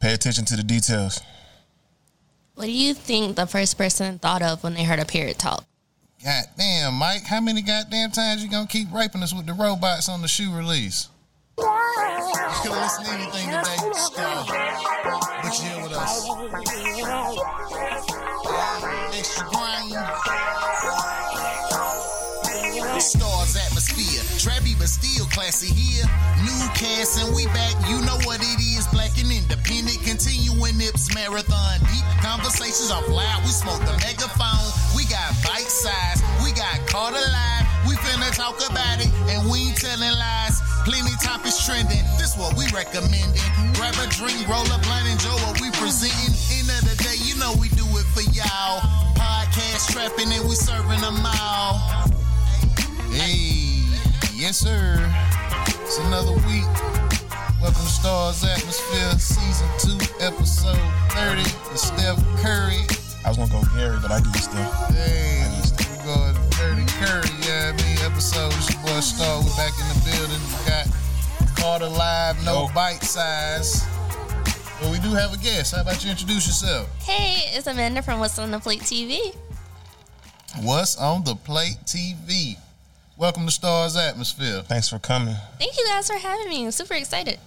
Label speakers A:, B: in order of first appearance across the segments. A: Pay attention to the details.
B: What do you think the first person thought of when they heard a parrot talk?
C: God damn, Mike, how many goddamn times you gonna keep raping us with the robots on the shoe release? You couldn't listen to anything today, Scott. But you're with us. Extra grind. Stars atmosphere. Trappy but still classy here. New cast and we back. You know what it is. Black and independent. Continuing Nips marathon. Deep conversations off loud. We smoke the megaphone. We got bite size. We got caught alive. We finna talk about it. And we ain't telling lies. Plenty topics trending. This what we recommending. Grab a drink, roll a blunt, enjoy what we presenting. End of the day, you know we do it for y'all. Podcast trapping and we serving them all. Hey, yes, sir. It's another week. Welcome to Stars Atmosphere, Season 2, Episode 30. It's Steph Curry.
A: I was gonna go Gary, but I do stuff.
C: Hey, we going to Dirty Curry, yeah, I mean, episode. It's your boy Star. We're back in the building. We got caught alive, no
A: Yo.
C: bite size. But we do have a guest. How about you introduce yourself?
B: Hey, it's Amanda from What's on the Plate TV.
C: What's on the plate TV? Welcome to Stars Atmosphere.
A: Thanks for coming.
B: Thank you guys for having me. I'm super excited.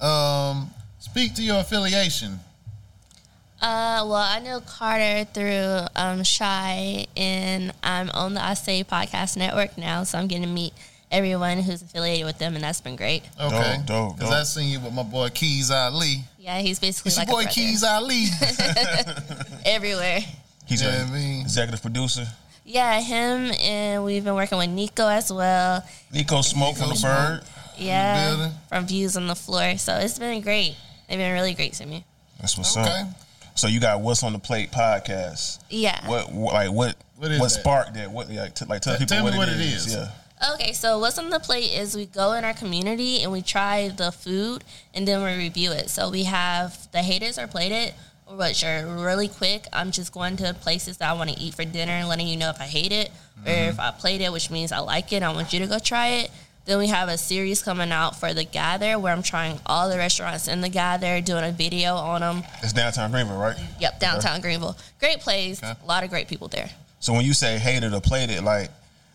C: Um, speak to your affiliation.
B: Uh, well, I know Carter through um, Shy, and I'm on the I Say Podcast Network now, so I'm getting to meet everyone who's affiliated with them, and that's been great.
C: Okay.
A: Dope, dope,
C: Cause
A: dope.
C: I seen you with my boy Keys Ali.
B: Yeah, he's basically
C: It's
B: like
C: your boy
B: a brother.
C: Keys Ali.
B: everywhere.
A: He's
C: Yeah,
A: a
C: I mean-
A: executive producer.
B: Yeah, him, and we've been working with Nico as well.
A: Nico Smoke from the
C: Nico
A: Bird.
B: Yeah,
C: building.
B: from Views on the Floor. So it's been great. They've been really great to me.
A: That's what's
C: okay.
A: up. So you got what's on the plate podcast.
B: Yeah.
A: What, what like what
C: What
A: what,
C: is that?
A: sparked that? What like, t- like tell
C: Tell
A: people
C: me
A: what,
C: what it
A: it is.
C: is.
A: Yeah.
B: Okay, so what's on the plate is we go in our community and we try the food and then we review it. So we have the haters are plated, which are really quick. I'm just going to places that I want to eat for dinner and letting you know if I hate it or if I played it, which means I like it. I want you to go try it. Then we have a series coming out for the Gather where I'm trying all the restaurants in the Gather, doing a video on them.
A: It's downtown Greenville, right?
B: Yep, downtown Greenville. Great place,
C: Okay.
B: a lot of great people there.
A: So when you say hated or played it, like,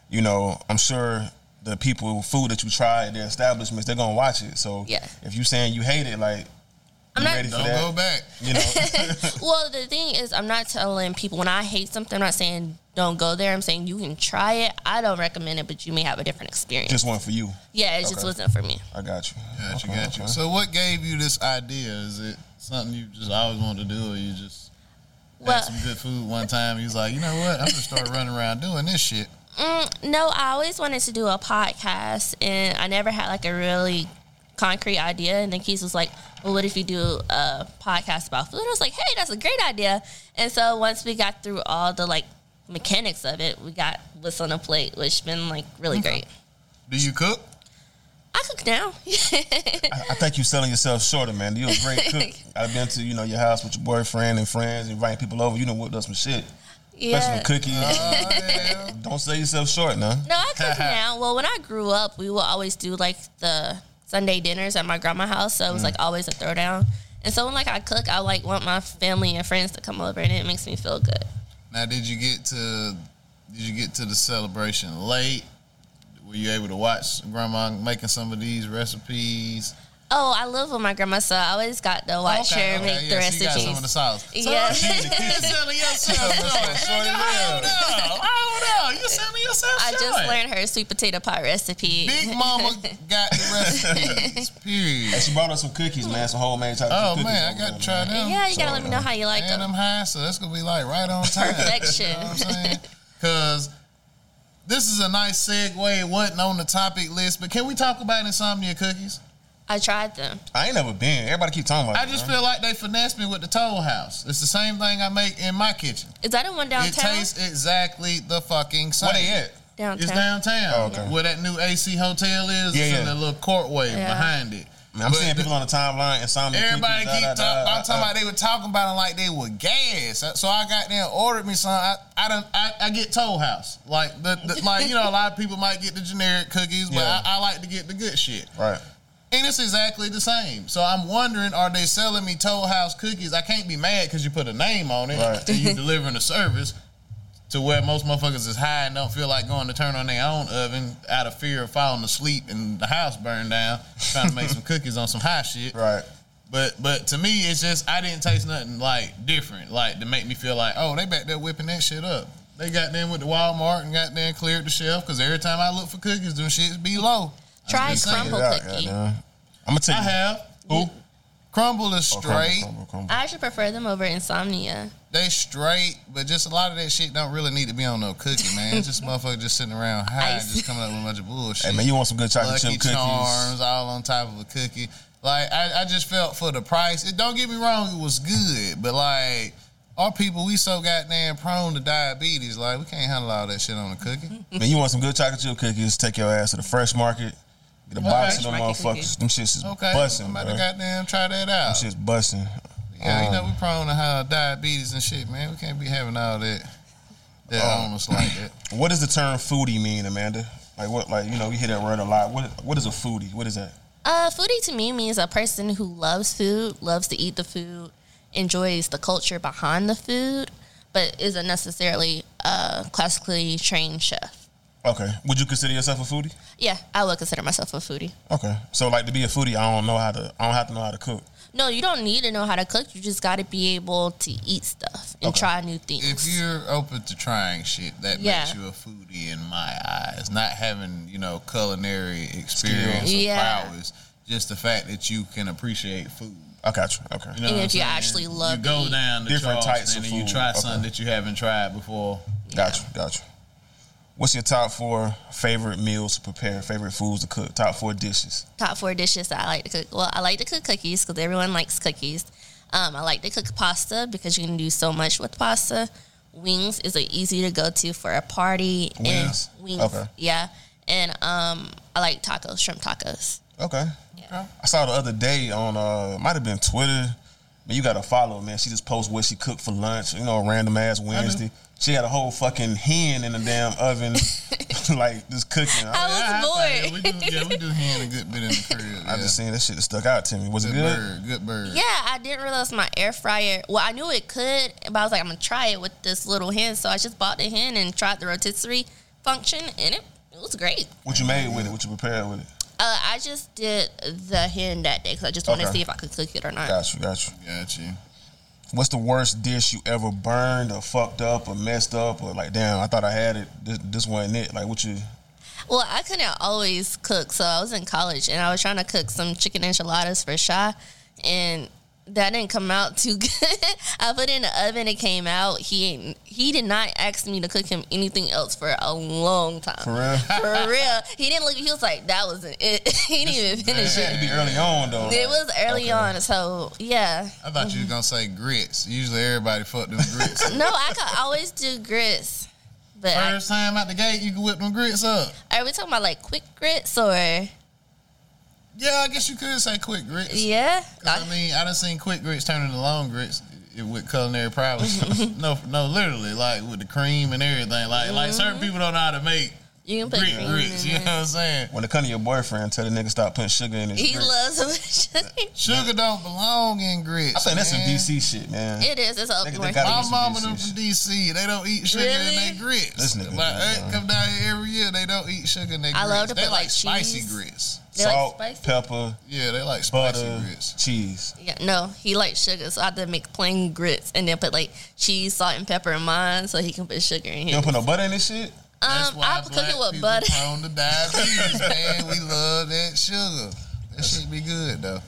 A: you know, I'm sure the people food that you try at their establishments, they're gonna watch it. So
B: Yeah.
A: if you saying you hate it, like
B: I'm
A: you
B: not-
A: ready for
C: Don't
A: that.
C: go back.
A: You know,
B: Well, the thing is, I'm not telling people when I hate something. I'm not saying don't go there. I'm saying you can try it. I don't recommend it, but you may have a different experience.
A: just one for you.
B: yeah, it just
A: okay.
B: wasn't for me.
A: I got you.
C: Gotcha,
A: Okay,
C: gotcha.
A: okay.
C: So what gave you this idea? Is it something you just always wanted to do or you just
B: Well-
C: had some good food one time? You was like, you know what? I'm gonna start running around doing this shit.
B: Mm, no, I always wanted to do a podcast, and I never had like a really concrete idea. And then Keith was like, "Well, what if you do a podcast about food?" I was like, "Hey, that's a great idea." And so once we got through all the like mechanics of it, we got what's on a plate, which been like really great.
C: Do you cook?
B: I cook now.
A: I think you're selling yourself shorter, man. You're a great cook. I've been to you know your house with your boyfriend and friends, inviting people over. You done whipped up some shit, especially
B: yeah.
A: cookies.
C: Oh, yeah.
A: Don't sell yourself short, now.
B: No, I cook now. Well, when I grew up, we would always do like the Sunday dinners at my grandma's house, so it was
C: Mm.
B: like always a throwdown. And so when like I cook, I like want my family and friends to come over, and it makes me feel good.
C: Now did you get to did you get to the celebration late? Were you able to watch grandma making some of these recipes?
B: Oh, I live with my grandma, so I always got to watch her make the
C: so you got some of the
B: recipes.
C: sauce.
B: Yeah.
C: selling yourself short. Hold on, hold on. You're selling yourself
B: I
C: short.
B: just learned her sweet potato pie recipe.
C: Big Mama got the recipes. Period.
A: She brought us some cookies, man. Some homemade type
C: Oh
A: of cookies.
C: man, I
A: over
C: got
A: there,
C: to try
A: man.
C: them.
B: yeah, you gotta let me know how you like
C: and
B: them.
C: I'm high, so that's gonna be like right on time. You
B: Perfection.
C: know what I'm saying? Because this is a nice segue. It wasn't on the topic list, but can we talk about insomnia cookies?
B: I tried them.
A: I ain't never been. Everybody keep talking about.
C: I
A: it,
C: just
A: man.
C: feel like they finessed me with the Toll House. It's the same thing I make in my kitchen.
B: Is that the one
C: It
B: downtown?
C: tastes exactly the fucking same.
A: where they at?
B: downtown.
C: It's downtown.
A: Oh, okay.
C: Where that new AC hotel is,
A: Yeah,
C: it's in
A: yeah.
C: that little courtway
B: Yeah.
C: behind it.
A: Man, I'm
C: But
A: seeing
C: the-
A: people on the timeline and some
C: Everybody
A: cookies,
C: keep
A: da,
C: talking.
A: da, da,
C: I'm talking
A: da.
C: about they were talking about it like they were gas. So I got there and ordered me some. I I don't I, I get Toll House like the, the like you know a lot of people might get the generic cookies, but
A: Yeah.
C: I, I like to get the good shit.
A: Right.
C: And it's exactly the same. So I'm wondering, are they selling me Toll House cookies? I can't be mad because you put a name on it
A: Right.
C: and you delivering the service to where most motherfuckers is high and don't feel like going to turn on their own oven out of fear of falling asleep and the house burned down, trying to make some cookies on some high shit.
A: Right.
C: But but to me, it's just I didn't taste nothing like different, like to make me feel like, oh, they back there whipping that shit up. They got them with the Walmart and got them cleared the shelf because every time I look for cookies, them shits be low. I'm
B: Try
C: just saying.
B: crumble
A: Yeah,
B: cookie.
A: yeah. I'm gonna tell you.
C: I have.
A: Who?
C: Crumble is straight.
A: Oh, Crumble, crumble, crumble.
B: I actually prefer them over insomnia.
C: They straight, but just a lot of that shit don't really need to be on no cookie, man. It's just motherfucker just sitting around high,
B: Ice.
C: just coming up with a bunch of bullshit.
A: Hey man, you want some good chocolate
C: Lucky
A: chip cookies?
C: Charms, all on top of a cookie. Like I, I just felt for the price. It don't get me wrong, it was good, but like our people, we so goddamn prone to diabetes. Like we can't handle all that shit on a cookie.
A: Man, you want some good chocolate chip cookies? Take your ass to the fresh market. Get a box of them
B: Fresh market cookies.
A: motherfuckers. Them shits is
C: Okay,
A: busting,
C: I'm about to
A: bro.
C: goddamn try that out.
A: Shit's Um, busting.
C: Yeah, you know we prone to have diabetes and shit, man. We can't be having all that that
A: Oh.
C: on us like that.
A: What does the term foodie mean, Amanda? Like what? Like you know, we hear that word a lot. What? What is a foodie? What is that?
B: Uh, foodie to me means a person who loves food, loves to eat the food, enjoys the culture behind the food, but isn't necessarily a classically trained chef.
A: Okay. Would you consider yourself a foodie?
B: Yeah, I would consider myself a foodie.
A: Okay. So like to be a foodie, I don't know how to. I don't have to know how to cook.
B: No, you don't need to know how to cook. You just got to be able to eat stuff and
A: Okay.
B: try new things.
C: If you're open to trying shit, that
B: Yeah.
C: makes you a foodie in my eyes. Not having, you know, culinary experience
B: Skills.
C: or
B: Yeah.
C: prowess, just the fact that you can appreciate food.
A: I got you.
C: You
A: Okay.
C: know
B: And
C: what
B: if
C: I'm
B: you
C: saying?
B: actually love
C: you
B: to
C: go
B: eat.
C: down to
A: Different
C: Charleston
A: types of
C: and you
A: food.
C: try
A: Okay.
C: something that you haven't tried before.
A: Got you. Got you. What's your top four favorite meals to prepare? Favorite foods to cook? Top four dishes.
B: top four dishes that I like to cook. Well, I like to cook cookies because everyone likes cookies. Um, I like to cook pasta because you can do so much with pasta. Wings is an easy to go to for a party.
A: Wings?
B: And wings.
A: Okay.
B: Yeah. And um, I like tacos, shrimp tacos.
A: Okay.
B: Yeah.
A: I saw the other day on uh might have been Twitter. Man, you gotta follow man. She just posts what she cooked for lunch. You know, random ass Wednesday. She had a whole fucking hen in the damn oven, like just cooking. Oh, I,
B: I was
C: Yeah,
B: bored.
C: we do, yeah, we do hand a good bit in the crib.
A: I
C: yeah.
A: just seen that shit that stuck out to me. Was it
C: good,
A: good?
C: bird, good bird.
B: Yeah, I didn't realize my air fryer. Well, I knew it could, but I was like, I'm gonna try it with this little hen. So I just bought the hen and tried the rotisserie function, and it, it was great.
A: What you made with it? What you prepared with it?
B: Uh, I just did the hen that day because I just wanted to
A: Okay.
B: see if I could cook it or not.
A: Got you, got you.
C: Got you.
A: What's the worst dish you ever burned or fucked up or messed up or like, damn, I thought I had it. This, this wasn't it. Like, what you?
B: Well, I couldn't always cook, so I was in college and I was trying to cook some chicken enchiladas for Shy, and that didn't come out too good. I put it in the oven, it came out. He he did not ask me to cook him anything else for a long time.
A: For real?
B: For real. he didn't look. He was like, "That wasn't it." he didn't even finish
A: It
B: it.
A: had to be early on though.
B: It was early
A: Okay.
B: on, so yeah.
C: I thought you was gonna say grits. Usually everybody fuck them grits.
B: No, I could always do grits, but I,
C: First time out the gate, you can whip them grits up.
B: are we talking about like quick grits or
C: Yeah, I guess you could say quick grits.
B: yeah?
C: 'Cause, I mean, I done seen quick grits turn into long grits i- with culinary prowess. no, no, literally, like with the cream and everything. Like, like certain people don't know how to make
B: you can put
C: grit
B: cream
C: grits.
B: in
C: You know
B: it.
C: what I'm saying?
A: When it come to your boyfriend, tell the nigga stop putting sugar in his.
B: He
A: drink.
B: loves
C: Sugar don't belong in grits.
A: I think that's some
C: man.
A: DC shit, man.
B: It is. It's
A: They-
B: up
A: they
B: north.
A: gotta-
C: My
A: It's
C: mama
A: some
C: them from DC. They don't eat sugar in
B: Really?
C: their grits.
A: This nigga
C: My
A: down
C: aunt
A: there.
C: come down here every year. They don't eat sugar in their
B: I
C: grits.
B: love to
C: they
B: put,
C: like,
B: like,
C: spicy
B: cheese.
C: grits.
B: They like
A: Salt,
B: spicy?
A: pepper,
C: Yeah, they like spicy
A: butter,
C: grits.
A: cheese.
B: Yeah, no, he likes sugar, so I had to make plain grits and then put like cheese, salt, and pepper in mine, so he can put sugar in his.
A: You don't put no butter in this shit.
B: Um, I cook
C: black
B: it with
C: people
B: butter.
C: prone to diabetes, man. We love that sugar. That shit be good though.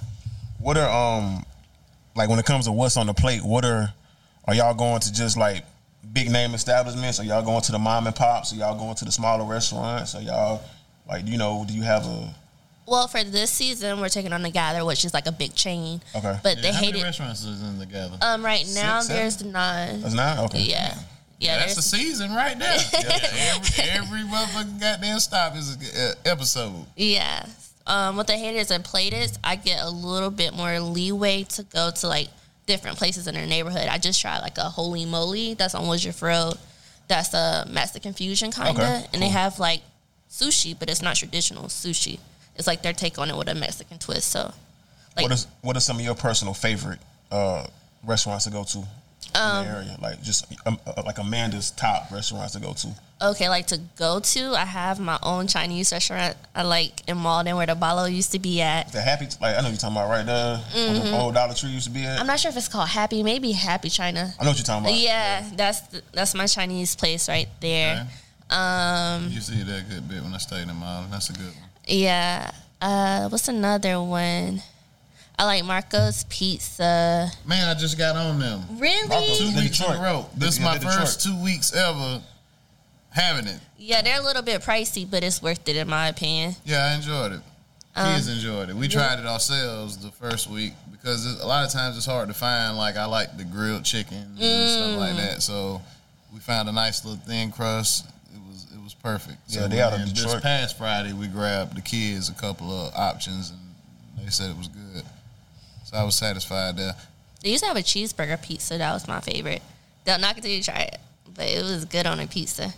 A: What are um, like when it comes to what's on the plate? What are are y'all going to just like big name establishments? Are y'all going to the mom and pops? Are y'all going to the smaller restaurants? Are y'all like you know? Do you have a
B: Well, for this season, we're taking on the Gather, which is like a big chain.
A: Okay.
B: But they hate it.
C: restaurants is in together?
B: Um, right now
A: Six, seven?
B: there's nine.
A: that's not okay?
B: Yeah, yeah.
C: That's the
B: there's,
C: season right there. Yeah, every, every motherfucking goddamn stop is an episode.
B: yeah. Um, what they hate is in Platus, I get a little bit more leeway to go to like different places in their neighborhood. I just tried like a Holy Moly that's on Woodruff Road. That's a Mexican fusion kind of,
A: Okay,
B: and they have like sushi, but it's not traditional sushi. it's like their take on it with a Mexican twist. So, like
A: What is what are some of your personal favorite uh, restaurants to go to in the area? Like just um, uh, like Amanda's top restaurants to go to.
B: okay, like to go to, I have my own Chinese restaurant. I like in Malden where the Balo used to be at.
A: The happy like I know you're talking about right there. where the old Dollar Tree used to be at.
B: Mm-hmm. I'm not sure if it's called Happy, maybe Happy China.
A: I know what you're talking about.
B: Yeah, that's the, that's my Chinese place right there.
D: You used to eat that good bit when I stayed in Milan. That's a good one.
B: Yeah. Uh, what's another one? I like Marco's Pizza.
D: Man, I just got on them.
B: Really?
A: Marco's
D: Two
A: In
D: weeks in
A: Detroit.
D: a row. This is
A: Yeah,
D: my
A: Detroit.
D: first two weeks ever having it.
B: Yeah, they're a little bit pricey, but it's worth it in my opinion.
D: Yeah, I enjoyed it.
B: Um,
D: Kids enjoyed it. We tried it ourselves the first week because it, a lot of times it's hard to find. Like I like the grilled chicken and stuff
B: Mm.
D: like that. So we found a nice little thin crust. It was it was perfect. So
A: Yeah, they
D: we-
A: out of
D: and This
A: Detroit.
D: past Friday we grabbed the kids a couple of options and they said it was good. So I was satisfied there.
B: They used to have a cheeseburger pizza. That was my favorite. Don't knock it till you try it, but it was good on a pizza.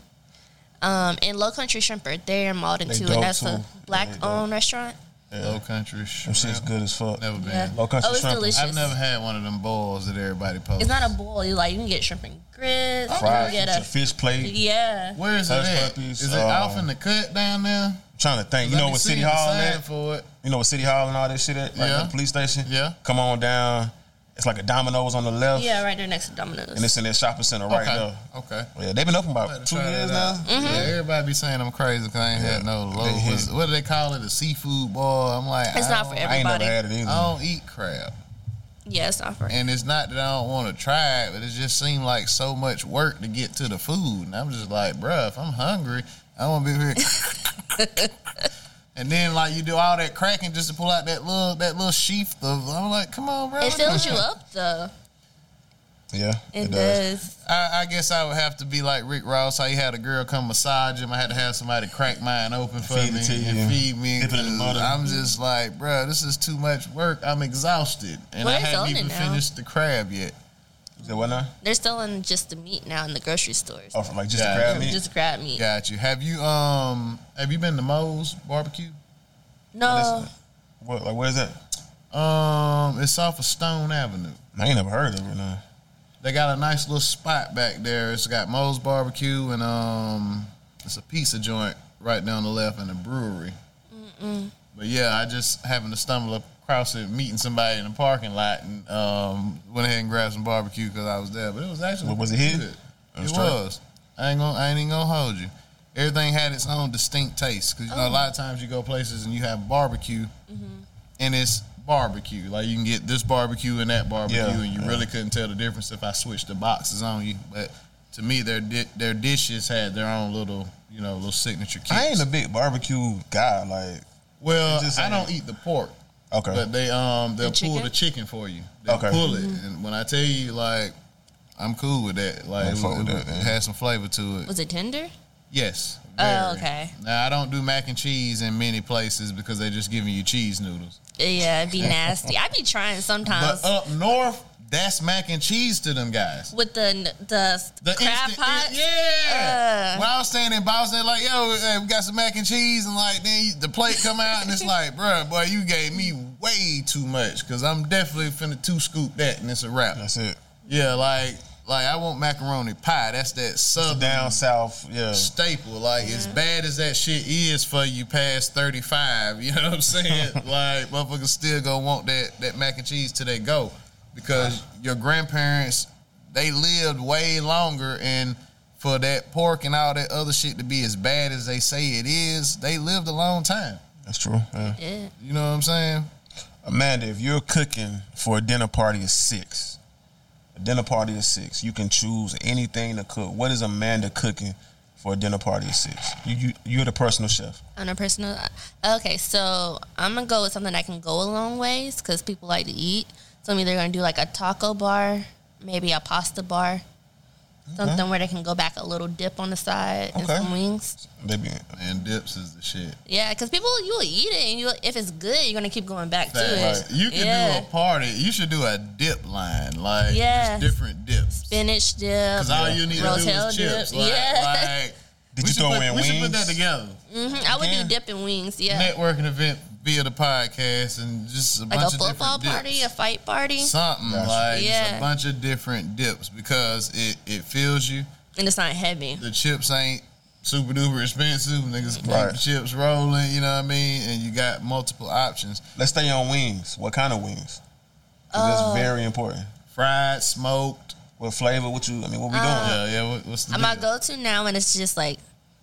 B: Um, and Low Country Shrimper, they're in Malden
A: They
B: too,
A: dope,
B: and that's
A: too.
B: a
A: Yeah, they
B: black-owned
A: dope.
B: restaurant.
D: Low country
A: Them shit's
D: shrimp.
A: good as fuck.
D: Never been.
B: Yeah.
A: Low country
B: Oh, it's
A: shrimp.
B: delicious.
D: I've never had one of them bowls that everybody posts.
B: It's not a bowl. You like you can get shrimp and grits. you
A: Fries,
B: can get
A: it's a
B: a
A: fish plate.
B: yeah.
D: Where is it
A: Hush
D: at?
A: puppies,
D: is it
A: uh,
D: off in the cut down there?
A: trying to think. You
D: Let
A: know
D: me
A: what
D: see
A: City
D: the
A: Hall
D: sign
A: at?
D: for it.
A: You know what City Hall and all that shit at? Like
D: Yeah.
A: the police station?
D: Yeah.
A: Come on down. It's like a Domino's on the left.
B: Yeah, right there next to
A: And
B: Domino's.
A: it's in that shopping center right
D: okay.
A: there.
D: Okay.
A: Yeah, they've been open
D: Better
A: about two
D: try that
A: years
D: out.
A: now.
D: Yeah, everybody be saying I'm crazy because I ain't had no
A: Yeah.
D: low.
A: They hit.
D: what's- What do they call it? A seafood ball. I'm like,
B: It's
D: I
B: not for
D: don't-
A: I ain't never
B: Everybody.
A: had it either.
D: I don't eat crab,
B: Yeah, it's not for
D: and it's not that I don't want to try it, but it just seemed like so much work to get to the food, and I'm just like, bruh, if I'm hungry, I want to be here. And then like you do all that cracking just to pull out that little that little sheath of I'm like come on bro
B: It fills you up though.
A: Yeah,
B: It, does.
D: I, I guess I would have to be like Rick Ross. How you had a girl come massage him. I had to have somebody crack mine open for
A: Feed it
D: me
A: to you.
D: and feed me.
A: Dip it in the
D: 'cause
A: butter.
D: I'm just like, bro, this is too much work. I'm exhausted, and I
B: Where's
D: haven't
B: Onan
D: even
B: now?
D: finished the crab yet.
A: Is it what now?
B: They're selling just the meat now in the grocery stores.
A: Oh, for like just
D: Yeah.
A: to grab me.
B: Just grab meat.
D: Got you. Have you um Have you been to Moe's Barbecue?
B: No,
A: What? Like where's that?
D: Um, it's off of Stone Avenue.
A: I ain't never heard of it. Nah.
D: They got a nice little spot back there. It's got Moe's Barbecue and um, it's a pizza joint right down the left and a brewery. But yeah, I just happened to stumble across it, meeting somebody in the parking lot, and um, went ahead and grabbed some barbecue because I was there. But it was actually
A: Was it hidden?
D: good.
A: It
D: It
A: was
D: was.
A: straight?
D: I ain't gonna. I ain't even gonna hold you. Everything had its own distinct taste because you
B: Oh.
D: know a lot of times you go places and you have barbecue,
B: Mm-hmm.
D: and it's barbecue. Like you can get this barbecue and that barbecue,
A: Yeah,
D: and you really couldn't tell the difference if I switched the boxes on you. But to me, their di- their dishes had their own little, you know, little signature. Kicks.
A: I ain't a big barbecue guy. Like
D: well.
A: I'm just
D: I
A: saying.
D: don't eat the pork.
A: okay,
D: But they um
B: The
D: they'll pull
B: chicken? Mm-hmm.
D: the chicken for you. They'll
A: Okay.
D: pull it, and when I tell you like, I'm cool with that. Like
A: I'm
D: it, was-
A: fuck
D: it,
A: with
D: was-
A: that,
D: it has some flavor to it.
B: was it tender?
D: Yes.
B: Oh,
D: very.
B: okay.
D: Now I don't do mac and cheese in many places because they're just giving you cheese noodles.
B: Yeah, it'd be nasty. I'd be trying sometimes
D: But up north, that's mac and cheese to them
A: uh,
D: guys.
B: with the the,
D: The
B: crab
D: instant,
B: pot.
D: yeah.
B: Uh.
D: when I was staying in Boston, they're like, yo, hey, we got some mac and cheese, and like, then you, the plate come out, and it's like, bruh, boy, you gave me way too much, cause I'm definitely finna two scoop that, and it's a wrap.
A: that's it.
D: Yeah, like like I want macaroni pie. That's that southern
A: Down south, yeah.
D: staple. Like as bad as that shit is for you past thirty five, you know what I'm saying? like motherfuckers still gonna want that that mac and cheese till they go because your grandparents they lived way longer and. For that pork and all that other shit to be as bad as they say it is, they lived a long time.
A: That's true. Yeah.
B: Yeah.
D: You know what I'm saying?
A: Amanda, if you're cooking for a dinner party of six, a dinner party of six, you can choose anything to cook. What is Amanda cooking for a dinner party of six? You you you're the personal chef.
B: On a personal. uh, Okay, so I'm gonna go with something that can go a long ways because people like to eat. So I'm either gonna do like a taco bar, maybe a pasta bar, something where they can go back a little dip on the side and
A: Okay.
B: some wings.
A: Maybe
D: And dips is the shit.
B: Yeah, because people you will eat it and you if it's good you're gonna keep going back to
D: Like,
B: it.
D: You can
B: yeah.
D: do a party. You should do a dip line, like
B: Yeah.
D: just different dips.
B: spinach dip.
D: Because all you need to do
B: Rotel
D: is chips.
B: dip.
D: Like,
B: Yeah.
D: like,
A: Did
D: we
A: you
D: should
A: throw
D: put,
A: in
D: We should put
A: wings?
D: that together.
B: hmm I would
D: Again,
B: do dipping wings. Yeah,
D: networking event via the podcast and just a
B: like a
D: bunch of
B: football
D: different dips.
B: party, a fight party,
D: something
A: Gotcha.
D: like just
B: Yeah.
D: a bunch of different dips because it it fills you.
B: and it's not heavy.
D: The chips ain't super duper expensive. Niggas keep
A: Right.
D: the chips rolling. You know what I mean? And you got multiple options:
A: Let's stay on wings. What kind of wings? 'Cause
B: Oh.
A: That's very important.
D: fried, smoked.
A: What flavor? What you? I mean, what we doing?
B: Uh,
D: yeah, yeah. What, what's the
B: I'm my
D: deal?
B: go to now, and it's just like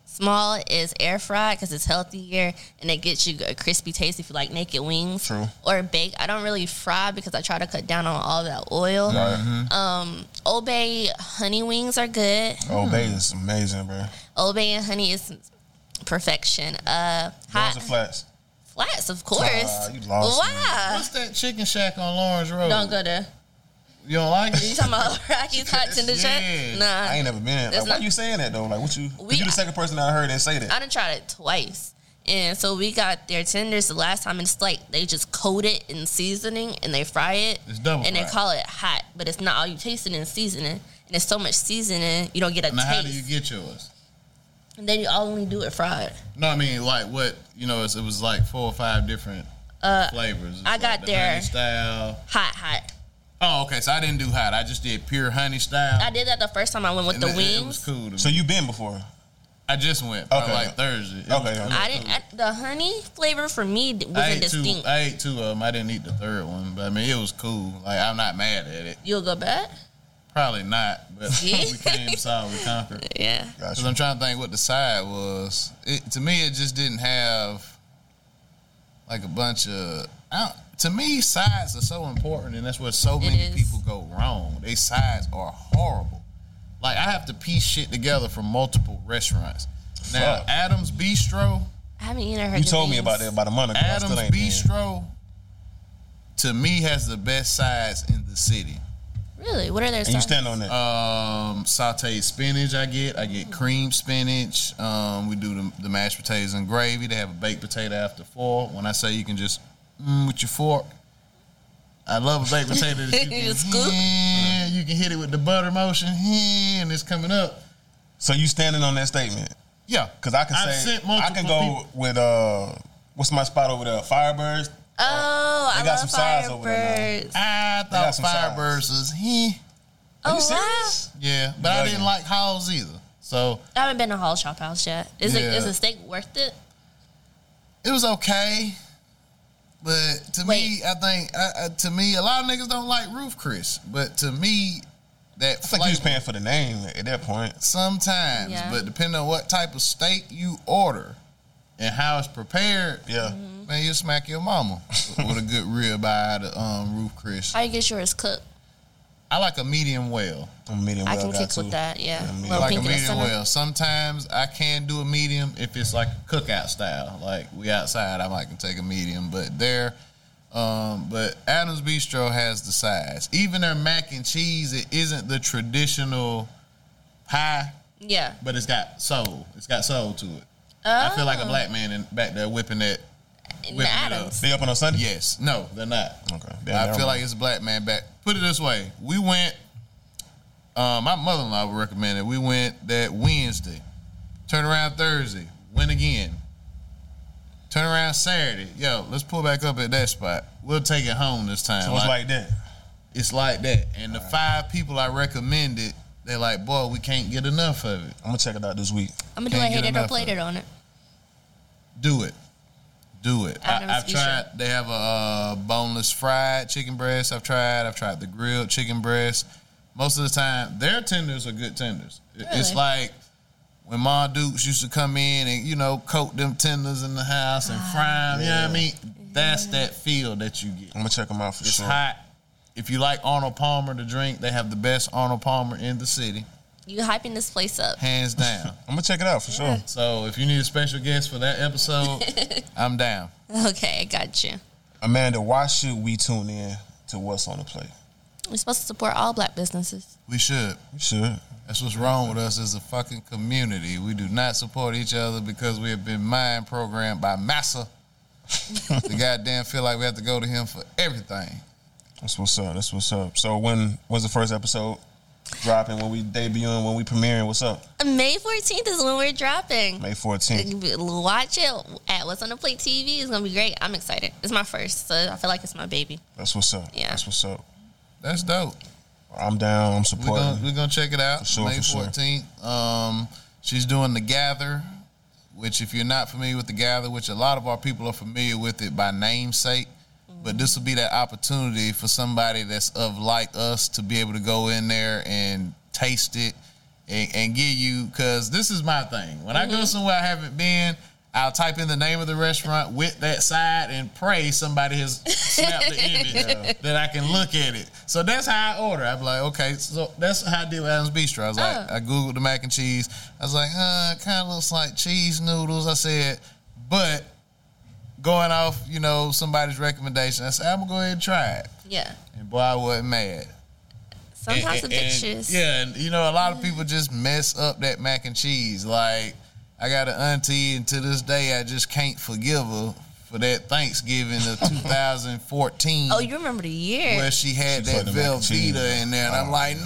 B: small is air fried because it's healthier and it gets you a crispy taste if you like naked wings
A: True.
B: or bake. I don't really fry because I try to cut down on all that oil.
A: Right. mm-hmm.
B: Um, Old Bay honey wings are good.
A: Oh, babe, it's amazing, bro.
B: Old Bay and honey is perfection. Uh,
A: Buns
B: hot
A: and flats.
B: flats, of course.
A: Ah, you lost me.
B: Why?
D: What's that chicken shack on Lawrence Road?
B: Don't go there.
D: You don't like
B: You
D: it?
B: talking about Rocky's hot tender shack?
D: Yeah.
B: Nah,
A: I ain't never been. Like,
B: That's
A: why
B: not-
A: you saying that though? Like, what you? 'cause
B: We-
A: you the second person I heard and say that.
B: I done tried it twice. And so we got their tenders the last time, and it's like they just coat it in seasoning and they fry it.
D: It's double
B: And they
D: fried.
B: call it hot, but it's not all you tasting is seasoning. And it's so much seasoning, you don't get a
D: Now, how do
B: taste.
D: you get yours?
B: and then you only do it fried.
D: No, I mean like what you know. It's, it was like four or five different
B: Uh,
D: flavors. It's
B: I
D: like
B: got
D: the
B: there.
D: honey style.
B: Hot, hot.
D: Oh, okay. So I didn't do hot. I just did pure honey style.
B: I did that the first time I went with
D: And
B: the
D: it-
B: wings.
D: It was cool. To
A: So
D: me.
A: you been before?
D: I just went probably
A: Okay.
D: like Thursday. It
A: Okay,
D: was-
A: okay.
B: I didn't. I, the honey flavor for me wasn't
D: I ate two.
B: distinct.
D: I ate two of them. I didn't eat the third one, but I mean it was cool. Like I'm not mad at it.
B: You'll go back.
D: Probably not, but
B: Yeah.
D: we came solid. We conquered.
B: Yeah.
D: Because I'm trying to think what the side was. It, to me, it just didn't have like a bunch of. I don't, to me, sides are so important, and that's where so
B: It
D: many
B: is.
D: people go wrong. They sides are horrible. Like I have to piece shit together from multiple restaurants. Now,
A: Fuck.
D: Adams Bistro,
B: I haven't eaten her.
A: You told me about that about a month ago. I
D: Adams
A: still ain't been.
D: Bistro, to me has the best sides in the city.
B: Really? What are their?
A: And you
B: sides?
A: stand on that.
D: Um, sauteed spinach I get. I get cream spinach. Um, we do the, the mashed potatoes and gravy. They have a baked potato after four. When I say you can just mm, with your fork, I love a baked potato. That you
B: You
D: can,
B: scoop?
D: Yeah, you can hit it with the butter motion, yeah, and it's coming up.
A: so you standing on that statement?
D: Yeah,
A: Because I can
D: I've
A: say
D: sent
A: I
D: multiple
A: can go
D: people.
A: with uh, what's my spot over there? Firebirds.
B: Oh, I
A: got
B: love
A: some sides over there
B: Firebirds.
D: I
A: got
D: thought
A: some sides.
D: Firebirds was eh.
A: Are
B: Oh,
A: you
B: wow.
A: serious?
D: Yeah, but I
A: Bugging.
D: didn't like Howells either. So
B: I haven't been to Hall Chop House yet. Is it
D: Yeah.
B: is the steak worth it?
D: it was okay. But to me, I think I, I, to me, a lot of niggas don't like Roof Chris. But to me, that
A: It's like you was
D: flavor
A: paying for the name at that point.
D: sometimes,
B: Yeah.
D: but depending on what type of steak you order and how it's prepared,
A: Yeah.
B: Mm-hmm.
D: man, you smack your mama with a good rib out of um, Roof Chris.
B: How you get yours cooked?
D: I like a medium well.
A: I'm a medium
B: I
A: well
B: can
A: guy,
B: cook
A: too.
B: with that. Yeah,
A: Yeah, me
B: Little
A: too.
D: like
B: pink
D: a
B: in the
D: medium
B: center.
D: well. Sometimes I can do a medium if it's like a cookout style, like we outside. I might can take a medium, but there. Um, but Adams Bistro has the size. Even their mac and cheese, it isn't the traditional pie,
B: Yeah.
D: but it's got soul. It's got soul to it. I feel like a
B: Oh,
D: black man in, back there whipping that.
B: in
D: whipping
B: the
D: it up.
B: Adams.
A: They open on Sunday.
D: Yes, no, they're not.
A: Okay.
D: I feel like it's a black man back. Put it this way: we went. Uh, my mother-in-law would recommend it. We went that Wednesday, turn around Thursday, went again, turn around Saturday. Yo, let's pull back up at that spot. We'll take it home this time.
A: so it's like that.
D: it's like that. And the five people I recommended, they're like, boy, we can't get enough of it.
A: I'm gonna check it out this week.
B: I'm gonna do a
D: Can't get
B: hated or
D: enough of
B: plated on it.
D: Do it. Do it. I,
B: Adam's
D: I've
B: Bistro.
D: tried. They have a uh, boneless fried chicken breast. I've tried. I've tried the grilled chicken breast. Most of the time, their tenders are good tenders. It- It's
B: Really?
D: like when Ma Dukes used to come in and you know coat them tenders in the house and fry them. You know what I mean? That's that feel that you get.
A: I'm gonna check them out for
D: It's
A: sure.
D: hot. If you like Arnold Palmer to drink, they have the best Arnold Palmer in the city,
B: You hyping this place up?
D: hands down.
A: I'm gonna check it out for sure.
D: so if you need a special guest for that episode, I'm down.
B: Okay, I got you.
A: Amanda, why should we tune in to what's on the plate?
B: We're supposed to support all black businesses.
D: We should.
A: We should.
D: That's what's wrong with us as a fucking community. We do not support each other because we have been mind programmed by Massa. the goddamn feel like we have to go to him for everything.
A: That's what's up. That's what's up. So when was the first episode? dropping, when we debuting, when we premiering. What's up?
B: May 14th is when we're dropping.
A: May 14th.
B: Watch it at What's on the Plate TV. It's gonna be great. I'm excited. It's my first, so I feel like it's my baby.
A: That's what's up.
B: Yeah.
A: That's what's up.
D: That's dope.
A: I'm down. I'm
D: We're gonna,
A: supporting.
D: we're gonna check it out
A: For sure,
D: May
A: for sure.
D: 14th. Um, she's doing The Gather, which, if you're not familiar with The Gather, which a lot of our people are familiar with it by namesake, but this will be that opportunity for somebody that's of like us to be able to go in there and taste it and, and give you, because this is my thing. When I go somewhere I haven't been, I'll type in the name of the restaurant with that side and pray somebody has snapped the image that I can look at it. So that's how I order. I'm like, okay, so that's how I did with Adam's Bistro. I was like,
B: Oh.
D: I googled the mac and cheese. I was like, uh, it kind of looks like cheese noodles. I said, but going off, you know, somebody's recommendation, I said, I'm gonna go ahead and try it.
B: Yeah.
D: And boy, I wasn't mad.
B: Sometimes the
D: And- and- and-
B: pictures.
D: yeah, and you know, a lot of people just mess up that mac and cheese. Like, I got an auntie, and to this day, I just can't forgive her for that Thanksgiving of 2014.
B: Oh, you remember the year?
D: where she had
A: She
D: that
A: put the mac and cheese. Oh,
D: Velveeta in there, and I'm like,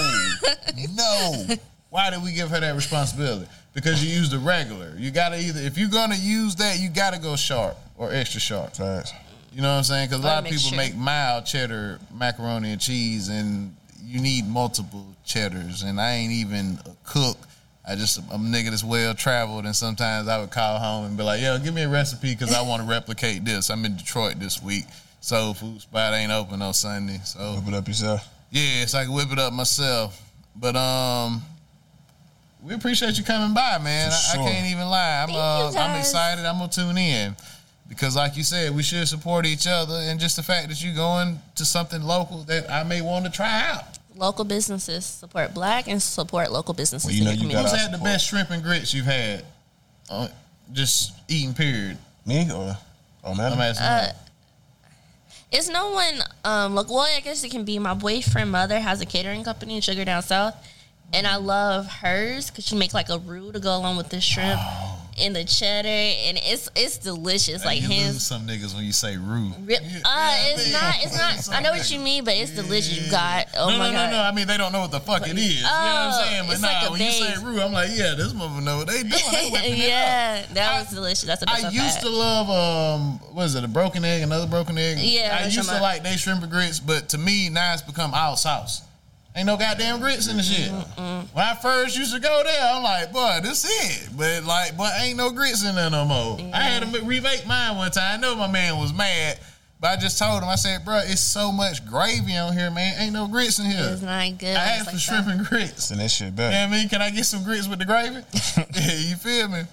D: no, no. Why did we give her that responsibility? Because you use the regular. You gotta either if you're gonna use that, you gotta go sharp or extra sharp.
A: Facts.
D: You know what I'm saying? Because a
B: Or a
D: lot of
B: mixture.
D: people make mild cheddar macaroni and cheese, and you need multiple cheddars. And I ain't even a cook. I just I'm a nigga that's well traveled, and sometimes I would call home and be like, "Yo, give me a recipe because I want to replicate this." I'm in Detroit this week. Soul food spot ain't open on Sunday, so
A: Whip it up yourself.
D: yeah, so I can whip it up myself. But um, we appreciate you coming by, man.
A: For
D: I, I
A: sure.
D: can't even lie. I'm
B: Thank
D: uh,
B: you,
D: I'm
B: guys.
D: excited. I'm gonna tune in because, like you said, we should support each other. And just the fact that you're going to something local that I may want to try out.
B: Local businesses support black and support local businesses.
A: Well, you
B: in
A: know
B: your
A: you
B: community.
A: gotta-
D: Who's
A: I
D: had the
A: support.
D: best shrimp and grits you've had? Uh, just eating. Period.
A: Me or oh man?
D: I'm asking.
B: Uh, It's no one um look well, I guess it can be my boyfriend mother has a catering company in Sugar Down South. And I love hers because she make like a roux to go along with the shrimp and the cheddar and it's it's delicious. Like
D: Oh. you lose
B: his
D: some niggas when you say rude.
B: rip
D: Yeah,
B: uh
D: yeah, I
B: it's
D: mean-
B: not it's not I know what you mean, but it's delicious. You got oh
D: no,
B: my
D: no,
B: god.
D: no, no. I mean, they don't know what the fuck it is. you know what I'm
B: Oh,
D: saying? But
B: it's
D: nah,
B: like a
D: when you say
B: base.
D: Rue, I'm like, yeah, this motherfucker know what they doing. They whipping it up.
B: yeah, that
D: I-
B: was delicious. That's the best
D: I
B: I've
D: used
B: had.
D: to love, um, what is it, a broken egg, another broken egg?
B: Yeah,
D: I
B: that's
D: used
B: what
D: to
B: I'm-
D: like they shrimp and grits, but to me, now it's become all sauce. Ain't no goddamn grits in the shit. When I first used to go there, I'm like, boy, this it. But like, boy, ain't no grits in there no more. I had to remake mine one time. I know my man was mad, but I just told him, I said, bro, it's so much gravy on here, man. Ain't no grits in here.
B: It's not good.
D: I
B: when it's
D: asked for
B: like
D: shrimp
B: that.
D: and grits.
A: Send that shit
D: You know
A: back.
D: what I mean? Can I get some grits with the gravy? yeah, you feel me?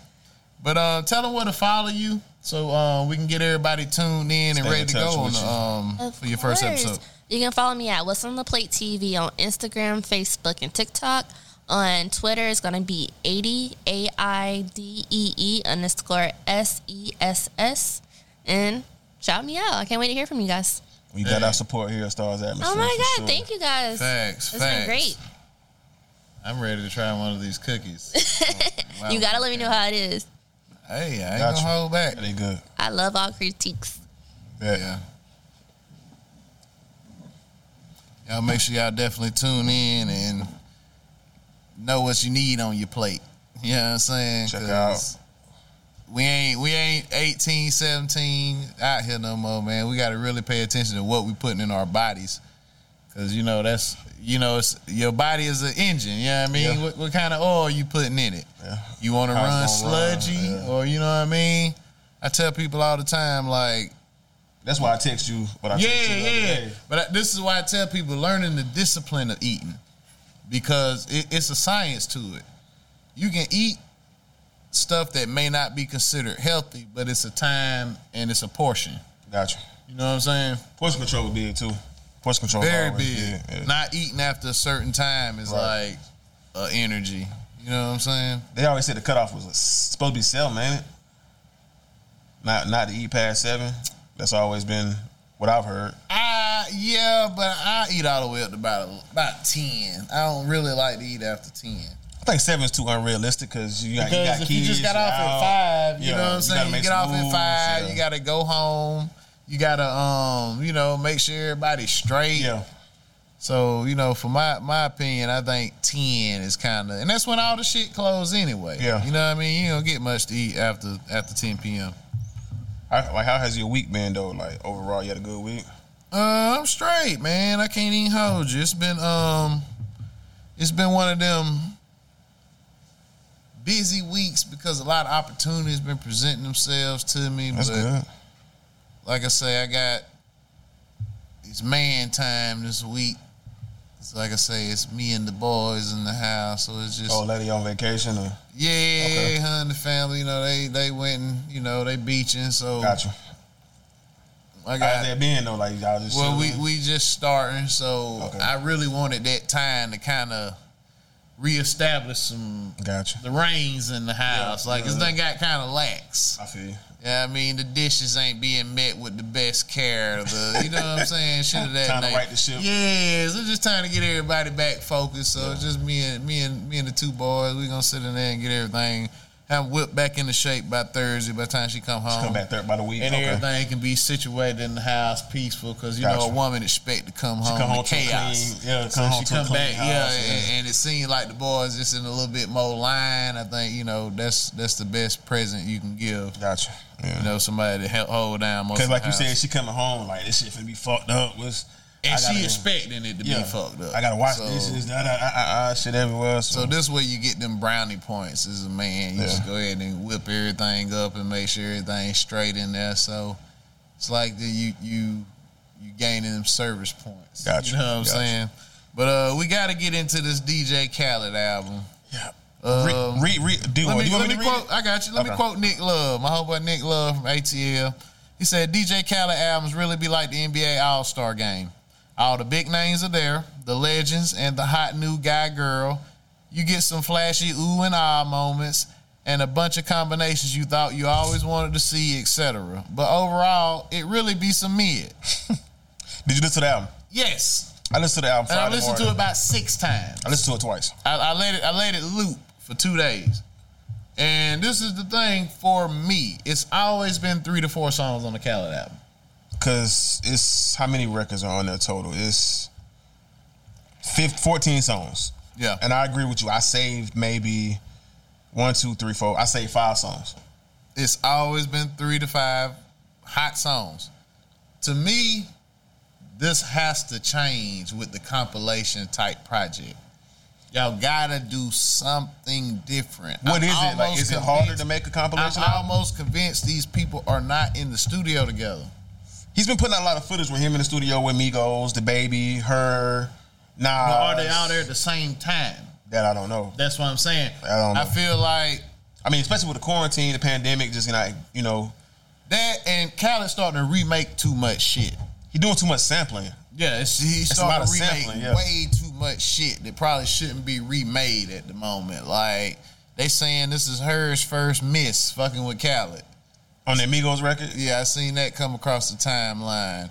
D: But uh, tell them where to follow you so uh, we can get everybody tuned in and
A: Stay
D: ready
A: in
D: to
A: touch
D: go on
A: with you.
D: um,
B: Of
D: for your first
B: course.
D: episode.
B: You can follow me at What's on the Plate TV on Instagram, Facebook, and TikTok. On Twitter, it's going to be 80 A I D E E underscore S E S S. And shout me out. I can't wait to hear from you guys.
A: We got our support here at Stars Atmosphere.
B: Oh my
A: for
B: God.
A: sure.
B: Thank you guys.
D: Facts,
B: It's
D: facts.
B: been great.
D: I'm ready to try one of these cookies. Wow.
B: You got to let me know how it is.
D: Hey, I ain't
A: Got
D: gonna
A: you.
D: hold back.
A: They good.
B: I love all critiques.
A: Yeah.
D: Yeah. Y'all make sure y'all definitely tune in and know what you need on your plate. You know what I'm saying?
A: Check
D: 'Cause We ain't we ain't 18, 17 out here no more, man. We gotta really pay attention to what we putting in our bodies. Cause you know that's you know it's, your body is an engine. You know what I mean?
A: Yeah.
D: What, what kind of oil you putting in it?
A: Yeah.
D: You want to
A: How
D: run
A: it's gonna run,
D: sludgy
A: yeah.
D: or you know what I mean? I tell people all the time like
A: That's why I text you what I text
D: yeah,
A: you the other
D: yeah.
A: day.
D: But I, this is why I tell people learning the discipline of eating because it, it's a science to it. You can eat stuff that may not be considered healthy, but it's a time and it's a portion.
A: Gotcha.
D: You know what I'm saying?
A: Portion control was big too. Portion control was
D: Very
A: always
D: big.
A: Yeah.
D: Not eating after a certain time is
A: Right.
D: like a energy. You know what I'm saying?
A: They always said the cutoff was supposed to be seven, man. Not not to eat past seven. That's always been what I've heard.
D: I yeah, but I eat all the way up to about about ten. I don't really like to eat after ten.
A: I think seven is too unrealistic because you got you got
D: Because if
A: kids.
D: you just got
A: you're
D: off
A: out.
D: at five, you
A: Yeah,
D: know what I'm
A: you
D: saying?
A: gotta
D: You,
A: make
D: get
A: some
D: off at
A: moves,
D: five,
A: yeah.
D: you gotta go home, you gotta um, you know, make sure everybody's straight.
A: Yeah,
D: So you know, for my my opinion, I think ten is kind of, and that's when all the shit closed anyway.
A: Yeah.
D: you know what I mean. You don't get much to eat after after ten p.m.
A: How, like, how has your week been though? Like overall, you had a good week.
D: Uh, I'm straight, man. I can't even hold you. It's been um, it's been one of them busy weeks because a lot of opportunities been presenting themselves to me.
A: That's
D: but
A: good.
D: like I say, I got it's man time this week. It's like I say, it's me and the boys in the house, so it's just
A: Oh, lady on vacation. Or,
D: yeah,
A: Okay.
D: her and the family. You know, they they went and you know they beaching, so
A: gotcha.
D: I
A: How's
D: got
A: that been though? Like y'all just
D: Well, we,
A: chilling?
D: we just starting, so
A: Okay.
D: I really wanted that time to kind of reestablish some
A: gotcha.
D: the reins in the house.
A: Yeah,
D: like this
A: yeah.
D: thing got kind of lax.
A: I feel you.
D: Yeah, I mean the dishes ain't being met with the best care. The you know what I'm saying, shit of that
A: Time to
D: nature.
A: right the ship.
D: Yeah, so just trying to get everybody back focused. So it's just me and me and me and the two boys. We gonna sit in there and get everything. Have whipped back into shape by Thursday. By the time she come home,
A: Come back there by the week.
D: and
A: okay.
D: everything can be situated in the house peaceful because you know
A: Gotcha.
D: a woman expect to come home,
A: come home
D: to
A: to a
D: chaos.
A: clean- yeah, come
D: so
A: home
D: she
A: to a
D: come
A: clean
D: back,
A: house,
D: yeah,
A: yeah.
D: And, and it seemed like the boys just in a little bit more line. I think you know that's that's the best present you can give.
A: Gotcha. Yeah.
D: You know, somebody to help hold down most.
A: Cause
D: of the
A: like you
D: house.
A: said, she coming home like this shit finna be fucked up. Was
D: and she expecting it to be fucked up.
A: I gotta wash
D: So-
A: dishes. Da, da, ah, ah, ah, shit everywhere. So,
D: So this way you get them brownie points as a man. You
A: Yeah.
D: just go ahead and whip everything up and make sure everything's straight in there. So it's like the, you you you gaining them service points.
A: Gotcha,
D: You know what I'm
A: gotcha.
D: saying? But uh, we got to get into this DJ Khaled album.
A: yeah.
D: Um,
A: read, read, do
D: Let
A: one.
D: me,
A: You want me
D: let me
A: to read
D: quote.
A: it?
D: I got you. Let me
A: Okay.
D: quote Nick Love, my homeboy Nick Love from ATL. He said DJ Khaled albums really be like the NBA All Star Game. All the big names are there, the legends and the hot new guy girl. You get some flashy ooh and ah moments and a bunch of combinations you thought you always wanted to see, etc. But overall, it really be some mid.
A: Did you listen to the album?
D: Yes,
A: I listened to the album
D: and
A: Friday
D: I listened to it
A: morning.
D: about six times.
A: I listened to it twice.
D: I, I let it I let it loop for two days. And this is the thing for me. It's always been three to four songs on the Khaled album.
A: Cause it's how many records are on there total? It's 15, 14 songs.
D: Yeah.
A: And I agree with you. I saved maybe one, two, three, four. I saved five songs.
D: It's always been three to five hot songs. To me, this has to change with the compilation type project. Y'all gotta do something different.
A: What
D: I'm
A: is it? Like
D: almost
A: is it harder
D: convinced-
A: to make a
D: I'm
A: compilation? album?
D: almost convinced these people are not in the studio together.
A: He's been putting out a lot of footage with him in the studio with Migos, the baby, her, Nas.
D: But are they out there at the same time?
A: That I don't know.
D: That's what I'm saying.
A: I don't know.
D: feel like
A: I mean, especially with the quarantine, the pandemic, just like you know,
D: that and Khaled starting to remake too much shit.
A: he doing too much sampling.
D: Yeah, it's, he's
A: a lot
D: starting
A: of
D: to remake
A: sampling, yeah.
D: way too much shit that probably shouldn't be remade at the moment. Like they saying this is hers first miss fucking with Khaled.
A: On the Migos record,
D: Yeah, I seen that come across the timeline.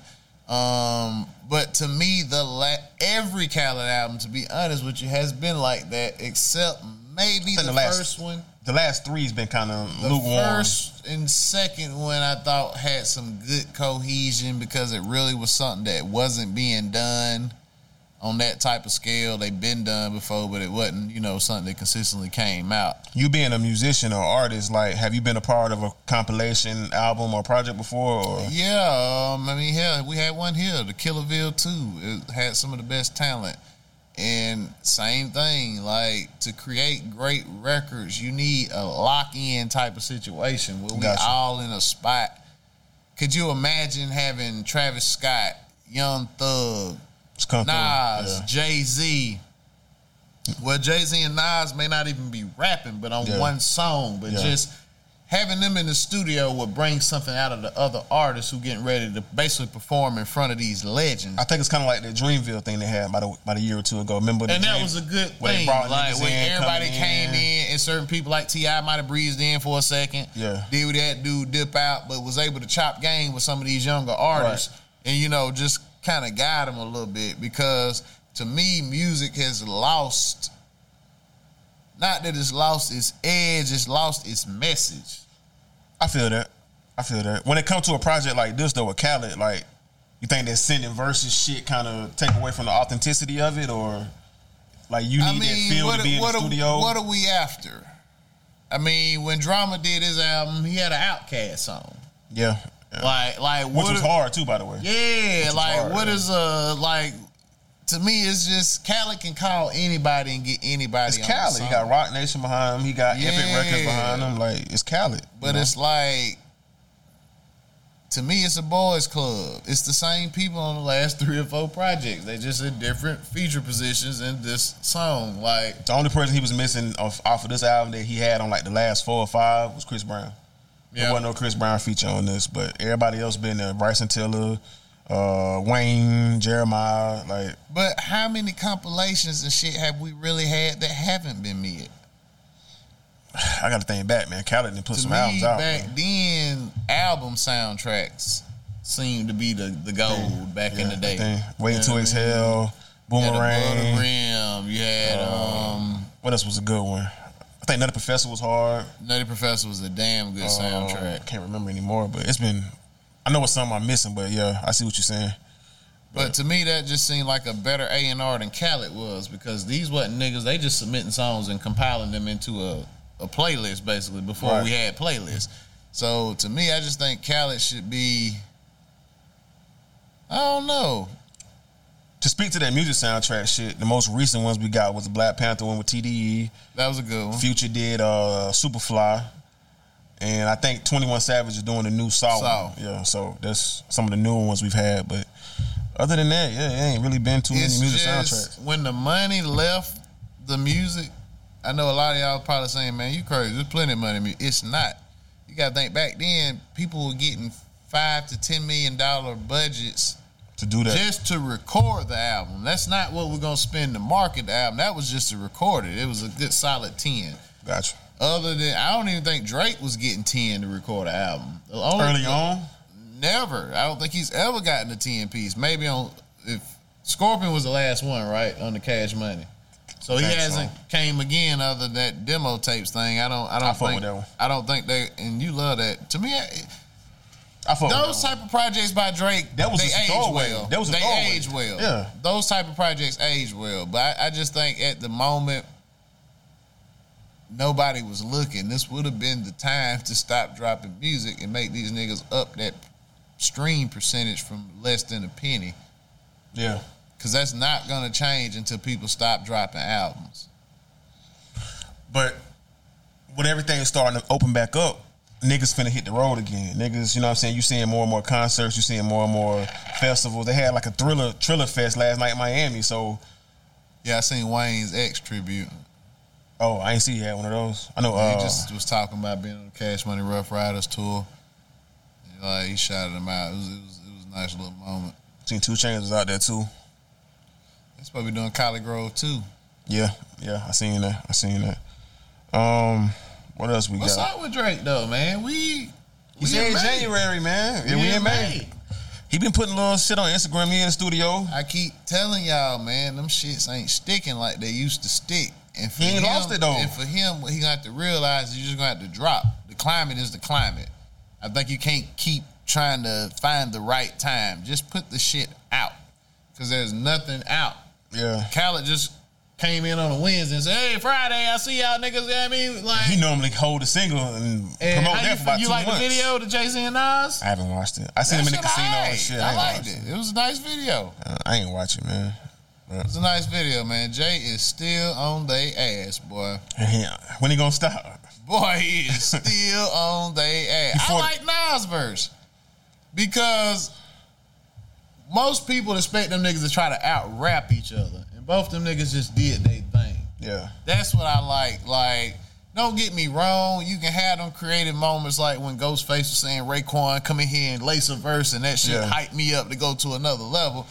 D: Um, but to me, the la- every Khaled album, to be honest with you, has been like that, except maybe
A: Except the
D: the
A: last-
D: first one.
A: the last three's been kind of
D: The
A: lukewarm.
D: first and second one I thought had some good cohesion because it really was something that wasn't being done on that type of scale. They've been done before, but it wasn't, you know, something that consistently came out.
A: You being a musician or artist, like, have you been a part of a compilation album or project before? Or
D: Yeah, um, I mean, hell, we had one here, the Killerville too. It had some of the best talent, and same thing. Like to create great records, you need a lock-in type of situation where we
A: Gotcha.
D: all in a spot. Could you imagine having Travis Scott, Young Thug,
A: just come through?
D: Nas,
A: Yeah.
D: Jay Z? Well, Jay Z and Nas may not even be rapping, but on
A: Yeah.
D: one song, but
A: Yeah.
D: just having them in the studio would bring something out of the other artists who getting ready to basically perform in front of these legends.
A: I think it's kind of like the Dreamville thing they had about a, about a year or two ago. Remember, the
D: and that
A: Dream-
D: was a good thing.
A: where they brought
D: like
A: niggas
D: when
A: in,
D: everybody
A: coming
D: came in. and certain people like Ti might have breezed in for a second.
A: Yeah.
D: did what that dude dip out, but was able to chop game with some of these younger artists, and you know just kind of guide them a little bit because to me, music has lost. Not that it's lost its edge, it's lost its message.
A: I feel that. I feel that. When it comes to a project like this, though, with Khaled, like you think that sending verses shit kind of take away from the authenticity of it, or like you need
D: I
A: that
D: mean,
A: feel
D: what,
A: to be in
D: what,
A: the
D: are,
A: studio?
D: what are we after? I mean, when Drama did his album, he had an Outcast song.
A: yeah, yeah.
D: Like, like
A: which
D: what
A: was hard too, by the way.
D: Yeah,
A: was
D: like
A: hard,
D: what
A: yeah.
D: is a like? To me, it's just Khaled can call anybody and get anybody.
A: It's
D: on the
A: Khaled. He
D: song.
A: got Rock Nation behind him. He got Epic
D: Yeah.
A: Records behind him. Like it's Khaled.
D: But it's like, to me, it's a boys' club. It's the same people on the last three or four projects. They just in different feature positions in this song. Like,
A: the only person he was missing off, off of this album that he had on like the last four or five was Chris Brown. There
D: yeah,
A: wasn't no Chris Brown feature on this, but everybody else been there. Bryson Tiller, uh, Wayne, Jeremiah, like
D: but how many compilations and shit have we really had that haven't been made?
A: I got to think back, man. Khaled didn't put
D: To
A: some
D: me,
A: albums out.
D: back
A: man.
D: then, album soundtracks seemed to be the the gold back in
A: Yeah,
D: the day.
A: thing. Waiting
D: You know
A: to
D: what I mean?
A: Exhale,
D: You had a Butter
A: Boomerang.
D: Rim. You had um,
A: What else was a good one? I think Another Professor was hard.
D: Nutty Professor was a damn
A: Oh.
D: good
A: Um, I
D: soundtrack.
A: can't remember anymore, but it's been. I know it's something I'm missing, but yeah, I see what you're saying.
D: But to me, that just seemed like a better A and R than Khaled was because these wasn't niggas. They just submitting songs and compiling them into a, a playlist basically before
A: Right.
D: we had playlists. So to me, I just think Khaled should be. I don't know.
A: To speak to that music soundtrack shit, the most recent ones we got was the Black Panther one with TDE.
D: That was a good one.
A: Future did uh Superfly. And I think 21 Savage is doing the new Saw.
D: Saw.
A: one. Yeah, so that's some of the newer ones we've had. But other than that, yeah, it ain't really been too many
D: It's
A: music soundtracks.
D: just when the money left the music. I know a lot of y'all probably saying, "Man, you crazy." There's plenty of money. in mu-" It's not. You got to think back then. People were getting five to ten million dollar budgets
A: To do that.
D: just to record the album. That's not what we're gonna spend to market the album. That was just to record it. It was a good solid ten.
A: gotcha.
D: Other than I don't even think Drake was getting ten to record an album. The only-
A: Early on,
D: Never. I don't think he's ever gotten a ten piece. Maybe on if Scorpion was the last one, right on the Cash Money. So he
A: Think so.
D: hasn't came again other than that demo tapes thing. I don't. I don't
A: I fuck
D: think.
A: with that one.
D: I don't think they. And you love that. To me, I-
A: I fuck with
D: those
A: that one.
D: type of projects by Drake,
A: Oh, That was
D: they
A: just a
D: age
A: throwaway.
D: well.
A: That was a
D: they
A: throwaway.
D: age well.
A: Yeah.
D: those type of projects age well. But I, I just think at the moment, nobody was looking. This would have been the time to stop dropping music and make these niggas up that stream percentage from less than a penny,
A: Yeah.
D: because that's not gonna change until people stop dropping albums.
A: But with everything starting to open back up, niggas finna hit the road again. Niggas, you know what I'm saying? You seeing more and more concerts, you seeing more and more festivals. They had like a thriller thriller fest last night in Miami, so
D: Yeah, I seen Wayne's X tribute.
A: oh, I ain't see you had one of those. I know
D: He
A: uh,
D: just was talking about being on the Cash Money Rough Riders tour. And, Like he shouted him out. It was, it was it was a nice little moment.
A: seen two chains was out there too.
D: That's supposed to be doing Collie Grove too.
A: Yeah, yeah, I seen that. I seen that. Um, what else we
D: What's
A: got?
D: up with Drake though, man? We
A: He
D: we
A: said
D: in May.
A: January, man. Yeah, we, in May. He been putting little shit on Instagram. He in the studio.
D: I keep telling y'all, man, them shits ain't sticking like they used to stick. And for
A: He ain't
D: him,
A: lost it, though.
D: And for him, what he gonna have to realize is you just gonna have to drop. The climate is the climate. I think you can't keep trying to find the right time. Just put the shit out. Cause there's nothing out.
A: Yeah,
D: Khaled just came in on a Wednesday and said, "Hey, Friday, I see y'all niggas." You know what I mean, like,
A: he normally hold a single and,
D: and
A: promote
D: how
A: that
D: you,
A: for about
D: you
A: two
D: like
A: months.
D: the video to Jay Z and Nas?
A: I haven't watched it. I seen him in the
D: That shit
A: casino
D: alright.
A: and shit.
D: I,
A: ain't
D: liked
A: watched
D: it. It was a nice video. It
A: Uh, I ain't watch it, man. But-
D: was a nice video, man. Jay is still on they ass, boy.
A: Yeah. When he gonna stop?
D: Boy, he is still on they ass.
A: Before-
D: I like Nas verse because most people expect them niggas to try to out rap each other, and both them niggas just did their thing.
A: Yeah.
D: That's what I like. Like, don't get me wrong. You can have them creative moments like when Ghostface was saying Raekwon come in here and lace a verse and that shit
A: Yeah.
D: hype me up to go to another level.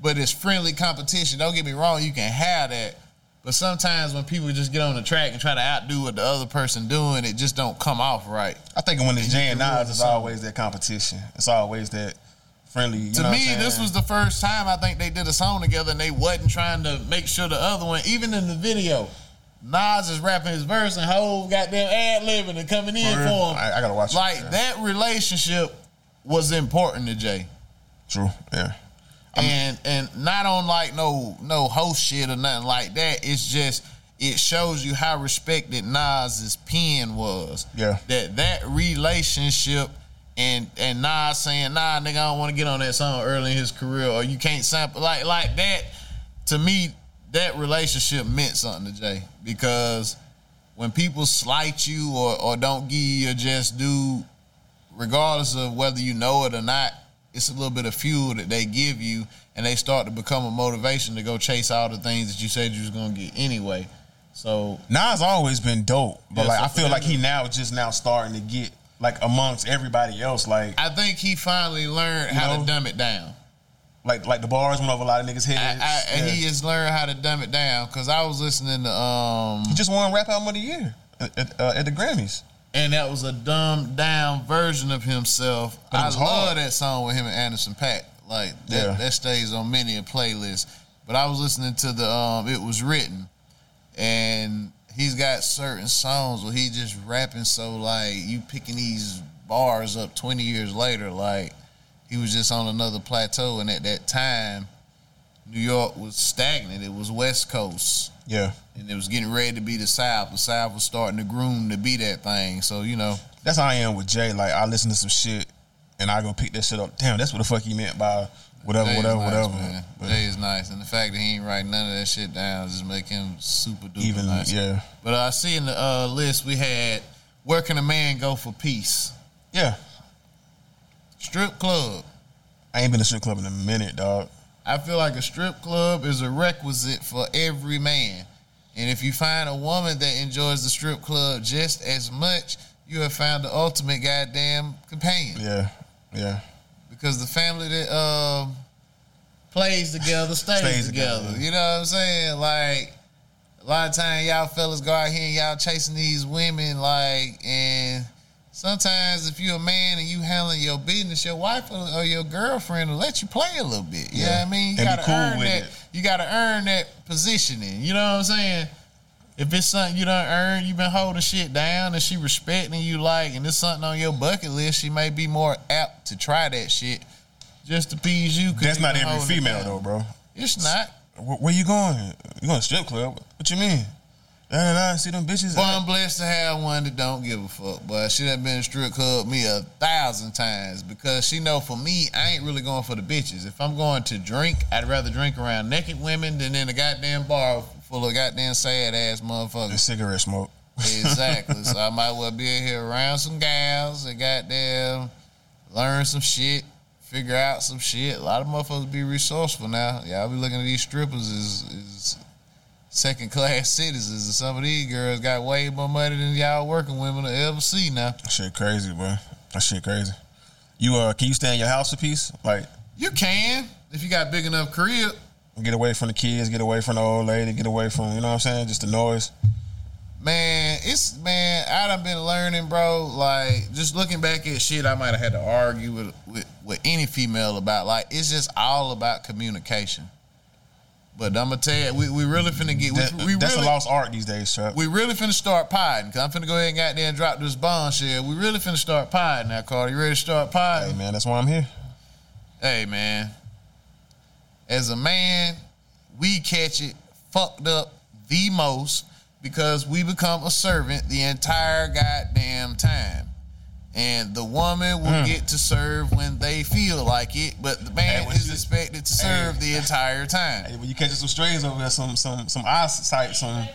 D: But it's friendly competition. Don't get me wrong. You can have that. But sometimes when people just get on the track and try to outdo what the other person doing, it just don't come off right.
A: I think when it's Jay and
D: ruin
A: Nas,
D: the
A: it's
D: song.
A: always that competition. It's always that friendly. You know
D: to
A: what
D: me,
A: I'm
D: this
A: saying?
D: was the first time I think they did a song together and they wasn't trying to make sure the other one, even in the video, Nas is rapping his verse and Hov goddamn ad libbing and coming in
A: For
D: for
A: real?
D: him.
A: I- I gotta watch it,
D: Like
A: yeah.
D: that relationship was important to Jay.
A: True. Yeah.
D: and and not on like no no host shit or nothing like that. It's just it shows you how respected Nas's pen was.
A: Yeah.
D: That that relationship and and Nas saying nah nigga I don't want to get on that song early in his career or you can't sample like like that. To me, that relationship meant something to Jay because when people slight you or or don't give you your just due, regardless of whether you know it or not, it's a little bit of fuel that they give you, and they start to become a motivation to go chase all the things that you said you was gonna get anyway. So
A: Nas always been dope, but
D: Yeah,
A: like
D: so
A: I
D: for
A: feel
D: them
A: like he
D: to-
A: now just now starting to get like amongst everybody else. Like
D: I think he finally learned
A: You
D: how
A: know?
D: to dumb it down.
A: like like the bars went over a lot of niggas'
D: I,
A: heads.
D: I, and
A: Yeah.
D: he has learned how to dumb it down because I was listening to um
A: He just won rap album of the year at, at, uh, at the Grammys.
D: and that was a dumbed down version of himself.
A: But it
D: I
A: was
D: love
A: hard.
D: that song with him and Anderson Pack. Like that,
A: Yeah.
D: that stays on many a playlist. But I was listening to the um it was written, and he's got certain songs where he just rapping so like you picking these bars up twenty years later. Like he was just on another plateau, and at that time, New York was stagnant. It was West Coast
A: Yeah,
D: and it was getting ready to be the South. The South was starting to groom to be that thing. So you know,
A: that's how I am with Jay. Like I listen to some shit and I go pick that shit up. Damn, that's what the fuck he meant by whatever,
D: Jay
A: whatever,
D: is nice,
A: whatever.
D: man.
A: But
D: Jay is nice, and the fact that he ain't writing none of that shit down just make him super duper
A: even
D: nice.
A: yeah,
D: But I see in the uh, list we had, where can a man go for peace?
A: yeah.
D: Strip club.
A: I ain't been to strip club in a minute, dog.
D: I feel like a strip club is a requisite for every man. And if you find a woman that enjoys the strip club just as much, you have found the ultimate goddamn companion.
A: Yeah, yeah.
D: because the family that um plays together stays,
A: Stays
D: together.
A: together.
D: You know what I'm saying? Like a lot of time y'all fellas go out here and y'all chasing these women like and sometimes if you're a man and you handling your business, your wife or, or your girlfriend will let you play a little bit. You know
A: Yeah.
D: what I mean? You
A: And be
D: gotta
A: cool
D: earn
A: with
D: that
A: it.
D: you gotta earn that positioning. You know what I'm saying? If it's something you done earned, you been holding shit down, and she respecting you like, and it's something on your bucket list, she may be more apt to try that shit just to please you. 'cause
A: That's
D: you
A: not
D: been
A: every
D: holding it
A: female
D: down.
A: though, bro.
D: It's not.
A: Where, where you going? You going to strip club? What you mean? Nah, nah, nah, see them bitches.
D: But I'm blessed to have one that don't give a fuck. But she done been strip club me a thousand times because she know for me, I ain't really going for the bitches. If I'm going to drink, I'd rather drink around naked women than in a goddamn bar full of goddamn sad ass motherfuckers.
A: And cigarette smoke.
D: Exactly. so I might well be in here around some gals and goddamn learn some shit, figure out some shit. A lot of motherfuckers be resourceful now. Y'all be looking at these strippers as, as second class citizens, and some of these girls got way more money than y'all working women will ever see now.
A: Shit crazy, bro. That shit crazy. You uh, can you stay in your house a piece? Like,
D: You can if you got big enough crib.
A: get away from the kids, get away from the old lady, get away from you know what I'm saying? Just the noise.
D: Man, it's man, I done been learning, bro. Like just looking back at shit, I might have had to argue with, with with any female about. Like it's just all about communication. But I'm gonna tell you, we, we really finna get
A: That-
D: we, we
A: that's
D: really
A: a lost art these days, Trap.
D: we really finna start podding. Cause I'm finna go ahead and goddamn drop this bombshell. We really finna start podding now, Carter. You ready to start
A: Hey
D: podding?
A: man, that's why I'm here.
D: Hey man, as a man, we catch it fucked up the most because we become a servant the entire goddamn time. And the woman will get to serve when they feel like it, but the man
A: Hmm. Hey, what
D: is
A: you-
D: expected to serve the entire time.
A: Hey, when you catching some strays over there, some some some eyesight, some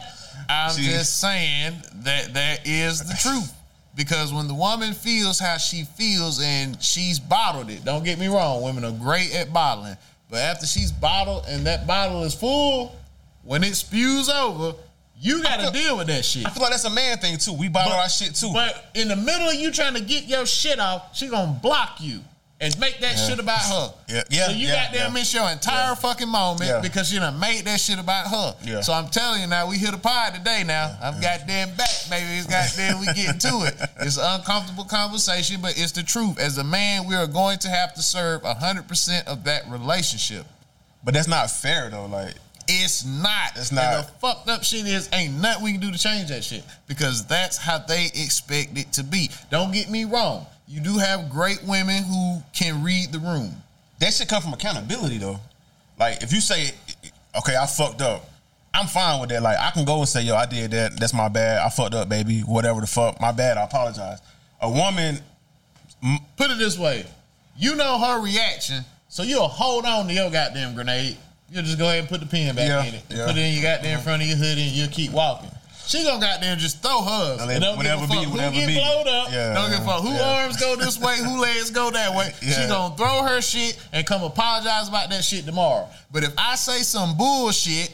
D: I'm
A: She-
D: just saying that that is the truth. Because when the woman feels how she feels and she's bottled it, don't get me wrong, women are great at bottling. But after she's bottled and that bottle is full, when it spews over, you got to
A: feel-
D: deal with that shit.
A: I feel like that's a man thing too. We bottle
D: But-
A: our shit too.
D: But in the middle of you trying to get your shit off, she gonna block you and make that
A: Yeah.
D: shit about her.
A: Yeah, yeah,
D: So you
A: yeah,
D: got there
A: yeah.
D: miss your entire fucking moment
A: Yeah.
D: because you done made that shit about her.
A: Yeah.
D: So I'm telling you now, we hit a pod today now. I'm goddamn back, baby. It's goddamn we getting to it. It's an uncomfortable conversation, but it's the truth. As a man, we are going to have to serve hundred percent of that relationship.
A: But that's not fair though. Like
D: It's not.
A: It's not.
D: And the fucked up shit is ain't nothing we can do to change that shit because that's how they expect it to be. Don't get me wrong. You do have great women who can read the room.
A: that should come from accountability though. Like if you say, okay, I fucked up. I'm fine with that. Like I can go and say, yo, I did that. That's my bad. I fucked up, baby. Whatever the fuck, my bad. I apologize. A woman,
D: Put it this way, you know her reaction, so you'll hold on to your goddamn grenade. You'll just go ahead and put the pin back
A: Yeah,
D: in it.
A: yeah.
D: Put it in your goddamn front of your hoodie, and you'll keep walking. She gonna goddamn just throw hugs.
A: Whatever-
D: And don't
A: whatever
D: give a
A: be,
D: fuck
A: whatever
D: who
A: be.
D: get blowed up.
A: Yeah,
D: don't give a fuck who
A: yeah.
D: arms go this way, who legs go that way.
A: Yeah.
D: She gonna throw her shit and come apologize about that shit tomorrow. But if I say some bullshit,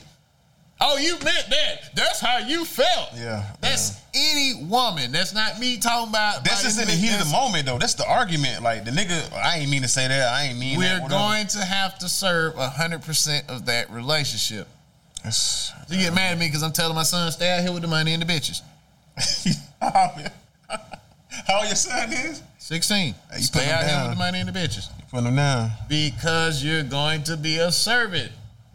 D: Oh, you meant that. That's how you felt.
A: Yeah,
D: That's any woman. That's not me talking about.
A: that's
D: like,
A: just in the
D: this-
A: heat of the
D: this-
A: moment though. That's the argument. Like the nigga, I ain't mean to say that. I ain't mean.
D: We're
A: that, whatever.
D: going to have to serve hundred percent of that relationship.
A: That's-
D: So you get mad at me because I'm telling my son stay out here with the money and the bitches.
A: How old your son is?
D: Sixteen.
A: Hey, you put
D: stay
A: them
D: out here
A: down.
D: with the money and the bitches
A: Put him down.
D: because you're going to be a servant.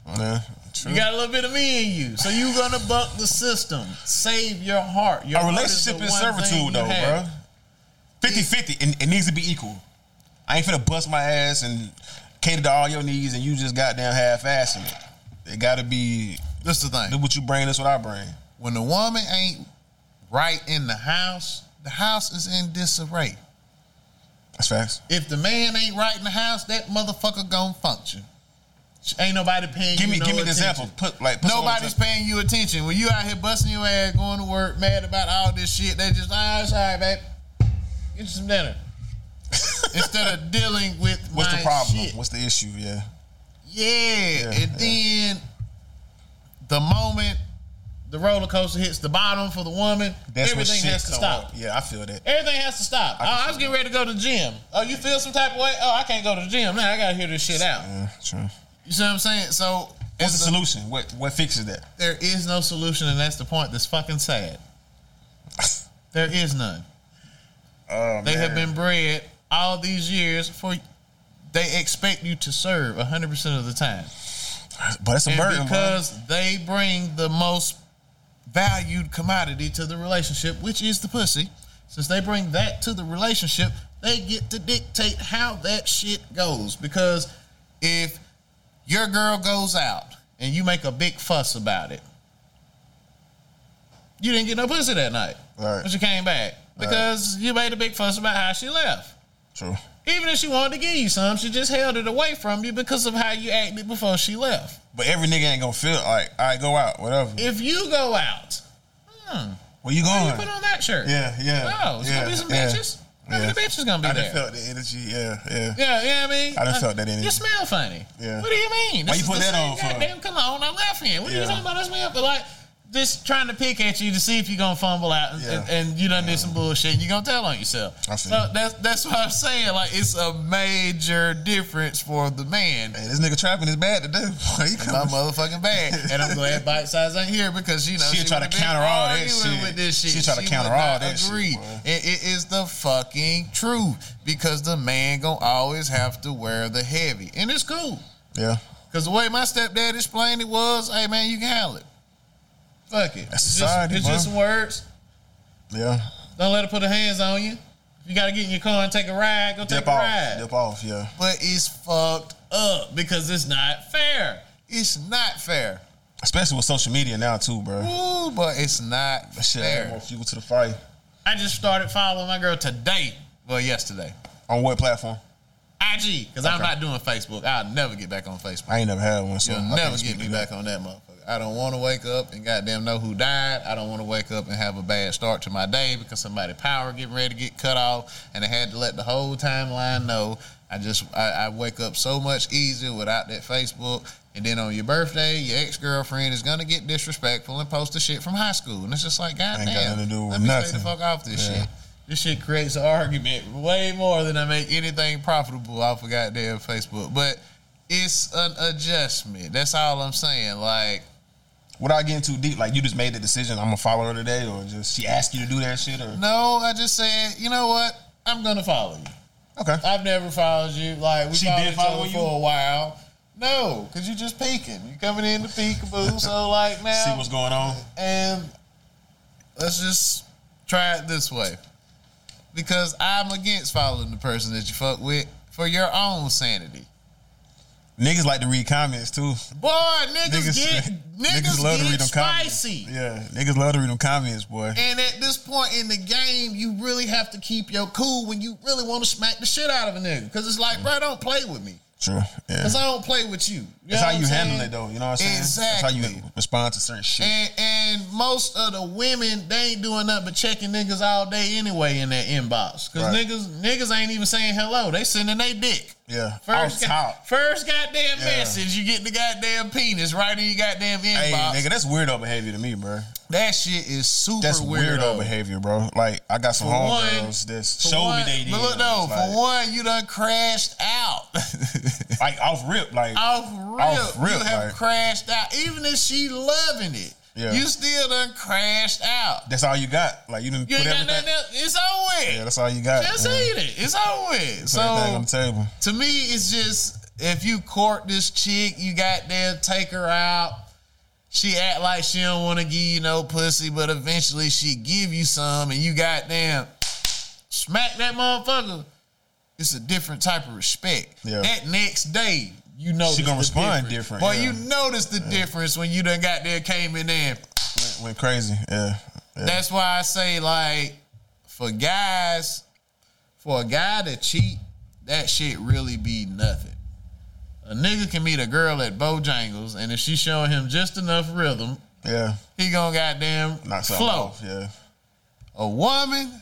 A: Yeah, true.
D: You got a little bit of me in you, so you're gonna buck the system. Save your heart. Your
A: a
D: heart is
A: relationship
D: the
A: is
D: one thing you
A: servitude though,
D: have.
A: bro. 50-50, and it needs to be equal. I ain't finna bust my ass and cater to all your needs, and you just goddamn half-assing it. It gotta be
D: That's the thing.
A: do what you bring. That's what I bring.
D: when the woman ain't right in the house, the house is in disarray.
A: That's facts.
D: If the man ain't right in the house, that motherfucker gon' function. Sh- Ain't nobody paying
A: Give
D: you
A: me,
D: no
A: give me an
D: attention.
A: example. Put like put someone
D: Nobody's
A: to-
D: paying you attention. When you out here busting your ass, going to work, mad about all this shit, they just, ah, it's all right, babe. Get you some dinner. Instead of dealing with
A: What's
D: my
A: the problem?
D: shit.
A: What's the issue? Yeah,
D: Yeah,
A: Yeah,
D: and then the moment the roller coaster hits the bottom for the woman,
A: that's when
D: everything
A: shit
D: has to
A: come
D: stop.
A: up. Yeah, I feel that.
D: Everything has to stop. Oh,
A: can
D: I,
A: see
D: was getting ready to go to the gym. Oh, you feel some type of way? Oh, I can't go to the gym now. I gotta hear this shit out.
A: Yeah, true.
D: You see what I'm saying? So
A: What's the
D: it's a-
A: solution? What what fixes that?
D: there is no solution, and that's the point. That's fucking sad. There is none.
A: Oh,
D: They have
A: man.
D: been bred all these years for. They expect you to serve 100 percent of the time.
A: but it's a
D: And
A: burden, bro.
D: because they bring the most valued commodity to the relationship, which is the pussy. Since they bring that to the relationship, they get to dictate how that shit goes. Because if your girl goes out and you make a big fuss about it, you didn't get no pussy that night.
A: Right.
D: But you came back because you made a big fuss about how she left.
A: True.
D: Even if she wanted to give you some, she just held it away from you because of how you acted before she left
A: But every nigga ain't gonna feel like I go out, whatever.
D: if you go out, hmm,
A: Where you
D: why
A: going?
D: you put on that shirt.
A: Yeah, yeah.
D: Oh, it's
A: yeah,
D: gonna be some
A: yeah,
D: bitches. Maybe
A: yeah.
D: the bitches gonna be
A: I done
D: there.
A: felt the energy. Yeah, yeah.
D: yeah, yeah, I mean,
A: I done
D: uh,
A: felt that energy.
D: You smell funny.
A: Yeah.
D: What do you mean?
A: Why
D: This
A: you
D: is
A: put
D: the
A: that
D: same
A: on for?
D: Goddamn cologne on left hand. What are
A: Yeah.
D: you talking about? I smell, but like, just trying to pick at you to see if you're gonna fumble out, and,
A: Yeah.
D: and, and you done did some bullshit, and you gonna tell on yourself.
A: I feel
D: so
A: you.
D: that's that's what I'm saying. Like, it's a major difference for the man.
A: Hey, this nigga trapping is bad to do. Why you
D: my
A: coming?
D: motherfucking bag. And I'm glad Bite Size ain't here because you know
A: She'll try to
D: would've been
A: counter all that
D: arguing
A: shit.
D: With this shit.
A: She'll try to
D: She
A: counter
D: would
A: all
D: not
A: that shit,
D: agree.
A: boy.
D: And it is the fucking truth because the man gonna always have to wear the heavy, and it's cool
A: Yeah,
D: because the way my stepdad explained it was, "Hey man, you can handle it. Fuck it.
A: That's
D: it's
A: society,
D: just, it's
A: bro.
D: just some words.
A: yeah.
D: Don't let her put her hands on you. If You gotta get in your car and take a ride. Go take
A: Dip
D: a
A: off,
D: ride
A: dip off. Yeah,
D: but it's fucked up because it's not fair. It's not fair.
A: especially with social media now too, bro.
D: Ooh, but it's not
A: That shit add more
D: fair.
A: fuel to the fire.
D: I just started following my girl today. Well, yesterday.
A: On what platform?
D: IG, because I'm not doing Facebook. I'll never get back on Facebook.
A: I ain't never had one. So
D: You'll
A: I
D: never
A: can't
D: get
A: speak
D: me
A: to that.
D: back on that motherfucker. I don't want to wake up and goddamn know who died. I don't want to wake up and have a bad start to my day because somebody power getting ready to get cut off, and I had to let the whole timeline know. I just I, I wake up so much easier without that Facebook. And then on your birthday, your ex girlfriend is gonna get disrespectful and post the shit from high school, and it's just like goddamn.
A: got nothing to do with
D: let me Stay the
A: nothing.
D: fuck off this
A: Yeah.
D: shit. This shit creates an argument way more than I make anything profitable off of goddamn Facebook. But it's an adjustment. That's all I'm saying. Like,
A: Without getting too deep, like you just made the decision. I'm gonna follow her today, or just she asked you to do that shit, or
D: no, I just said, you know what? I'm gonna follow you.
A: okay.
D: I've never followed you. Like we
A: She
D: followed
A: did
D: each
A: follow
D: other
A: you?
D: for a while. No, cause you just peeking. You coming in to peekaboo. so like now,
A: See what's going on.
D: and let's just try it this way. Because I'm against following the person that you fuck with for your own sanity.
A: Niggas like to read comments too.
D: Boy, niggas, get niggas, get spicy.
A: comments. Yeah, niggas love to read them comments, boy.
D: And at this point in the game, you really have to keep your cool when you really want to smack the shit out of a nigga. Because it's like, bro, don't play with me.
A: True. Yeah.
D: Because I don't play with you. you
A: That's
D: know
A: how
D: what
A: you
D: I'm
A: handle
D: saying?
A: it, though. You know what I'm saying? That's how
D: Exactly.
A: you respond to certain shit.
D: And, and most of the women, they ain't doing nothing but checking niggas all day anyway in their inbox. Because
A: Right.
D: niggas, niggas ain't even saying hello. They sending they dick.
A: yeah.
D: First,
A: Off
D: go-
A: top.
D: first goddamn
A: Yeah.
D: message, you get the goddamn penis right in your goddamn
A: Hey,
D: inbox.
A: nigga, that's weirdo behavior to me, bro.
D: That shit is super
A: That's
D: weirdo.
A: weirdo behavior, bro. Like, I got some
D: For one-
A: homegirls that
D: For
A: showed
D: one-
A: me they did.
D: But look, though,
A: like,
D: for one, you done crashed out.
A: like, off rip, like,
D: off rip,
A: Off rip,
D: you have
A: like-
D: crashed out. Even if she loving it,
A: Yeah.
D: you still done crashed out.
A: that's all you got. Like, you didn't
D: You
A: put
D: ain't got
A: everything.
D: nothing else. It's over with.
A: yeah, that's all you got.
D: Just
A: yeah.
D: eat it. It's over with.
A: Put everything on
D: So
A: the table.
D: to me, it's just if you court this chick, you got there, take her out. She act like she don't want to give you no pussy, but eventually she give you some, and you goddamn smack that motherfucker. It's a different type of respect.
A: Yeah.
D: That next day, you know
A: She gonna respond different,
D: But
A: yeah.
D: you notice the difference when you done got there, came in there.
A: Went, went crazy. Yeah. yeah.
D: That's why I say like for guys, for a guy to cheat, that shit really be nothing. A nigga can meet a girl at Bojangles, and if she showing him just enough rhythm,
A: Yeah.
D: he gonna goddamn
A: Knock something
D: flow.
A: off. Yeah.
D: A woman,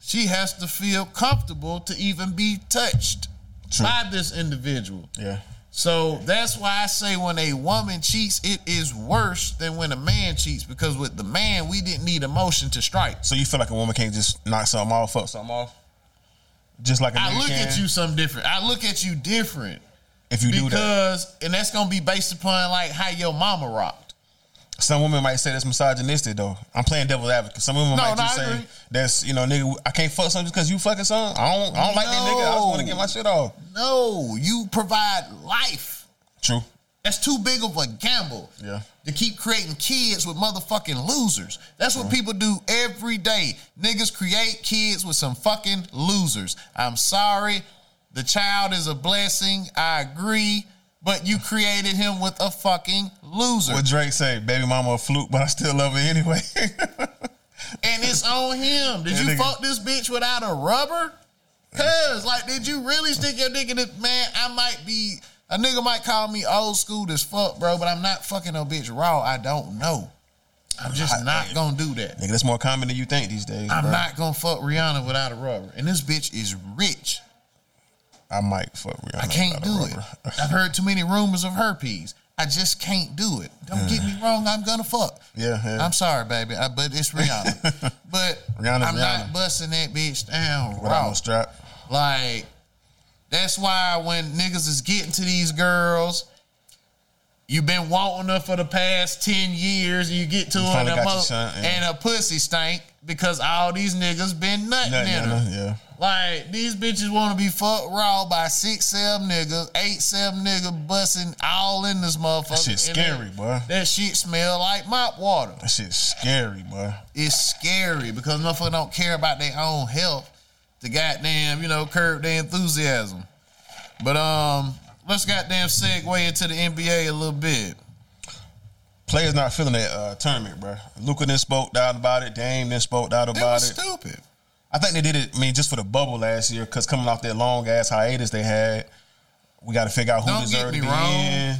D: she has to feel comfortable to even be touched
A: True.
D: by this individual.
A: Yeah.
D: So that's why I say when a woman cheats, it is worse than when a man cheats because with the man, we didn't need emotion to strike.
A: So you feel like a woman can't just knock something off, fuck something off? Just like a
D: I
A: nigga
D: look
A: can?
D: at you some different. I look at you different
A: If you do that.
D: because, and that's gonna be based upon like how your mama rocked.
A: Some women might say that's misogynistic, though. I'm playing devil's advocate. Some women
D: No,
A: might
D: no,
A: just
D: I
A: say
D: agree.
A: that's you know, nigga, I can't fuck something because you fucking son. I don't, I don't like that nigga. I just want to
D: No.
A: get my shit off.
D: No, you provide life.
A: True.
D: That's too big of a gamble.
A: Yeah.
D: To keep creating kids with motherfucking losers. That's
A: Uh-huh.
D: what people do every day. Niggas create kids with some fucking losers. I'm sorry. The child is a blessing. I agree. But you created him with a fucking loser.
A: What Drake say, baby mama a fluke, but I still love her anyway.
D: and it's on him. Did
A: Yeah,
D: you
A: nigga.
D: fuck this bitch without a rubber? Cause like, did you really stick your dick in it? Man, I might be a nigga might call me old school as fuck, bro, but I'm not fucking no bitch raw. I don't know. I'm just not gonna do that.
A: nigga, that's more common than you think these days.
D: I'm
A: bro.
D: not gonna fuck Rihanna without a rubber. And this bitch is rich.
A: I might fuck Rihanna.
D: I can't
A: without a
D: do it.
A: rubber.
D: I've heard too many rumors of herpes. I just can't do it. Don't get me wrong. I'm gonna fuck.
A: Yeah, yeah.
D: I'm sorry, baby, I, but it's Rihanna. but
A: Rihanna's
D: I'm
A: Rihanna.
D: not busting that bitch down
A: Without no
D: raw.
A: strap.
D: Like that's why when niggas is getting to these girls, you've been wanting her for the past ten years. You get to her and
A: finally
D: her,
A: got your
D: mo-
A: son, yeah.
D: and her pussy stank because all these niggas been nutting
A: Nothing,
D: in her.
A: yeah, yeah.
D: Like these bitches want to be fucked raw by six seven niggas, eight seven nigga busting all in this motherfucker.
A: That shit's
D: And
A: scary,
D: that-
A: boy.
D: That shit smell like mop water.
A: That shit's scary, boy.
D: It's scary because motherfuckers don't care about their own health to goddamn you know curb their enthusiasm. But um, let's goddamn segue into the NBA a little bit.
A: Players not feeling that uh, tournament, bro. Luca then spoke down about it. Dame then spoke down
D: It
A: about
D: was
A: it.
D: stupid.
A: I think they did it. I mean, just for the bubble last year, because coming off that long ass hiatus they had, we got to figure out who
D: Don't get
A: deserved to
D: me
A: be
D: wrong.
A: in.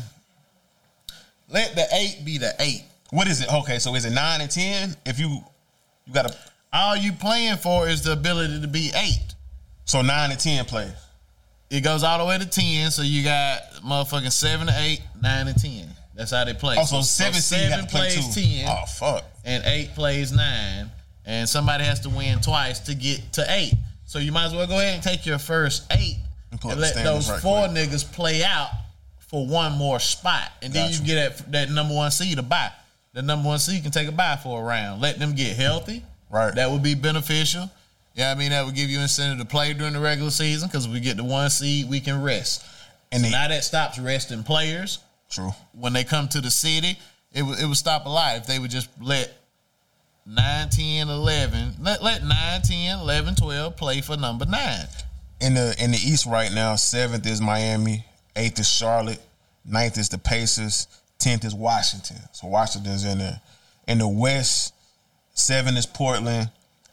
D: Let the eight be the eight.
A: What is it? Okay, so is it nine and ten? If you you got to
D: All you playing for is the ability to be eight.
A: so nine and ten play.
D: It goes all the way to ten, so you got motherfucking seven to eight, nine to ten. That's how they play.
A: Also
D: So-
A: Oh, seven
D: so
A: seed got to play
D: plays
A: two.
D: ten,
A: Oh fuck!
D: and eight plays nine, and somebody has to win twice to get to eight. So you might as well go ahead and take your first eight
A: And
D: and,
A: pull up
D: let
A: the standings
D: those
A: right
D: four
A: quick.
D: niggas play out for one more spot, and then
A: Gotcha.
D: you get that that number one seed a bye. The number one seed can take a bye for a round. Let them get healthy.
A: Right.
D: That would be beneficial. Yeah, I mean that would give you incentive to play during the regular season because we get the one seed, we can rest.
A: And they,
D: Now that stops resting players
A: true.
D: when they come to the city, it would it would stop a lot if they would just let 9, 10, 11, let, let 9, 10, 11, 12 play for number 9.
A: In the in the East right now, seventh is Miami, eighth is Charlotte, Ninth is the Pacers. Tenth is Washington. So Washington's in there. In the West, seven is Portland.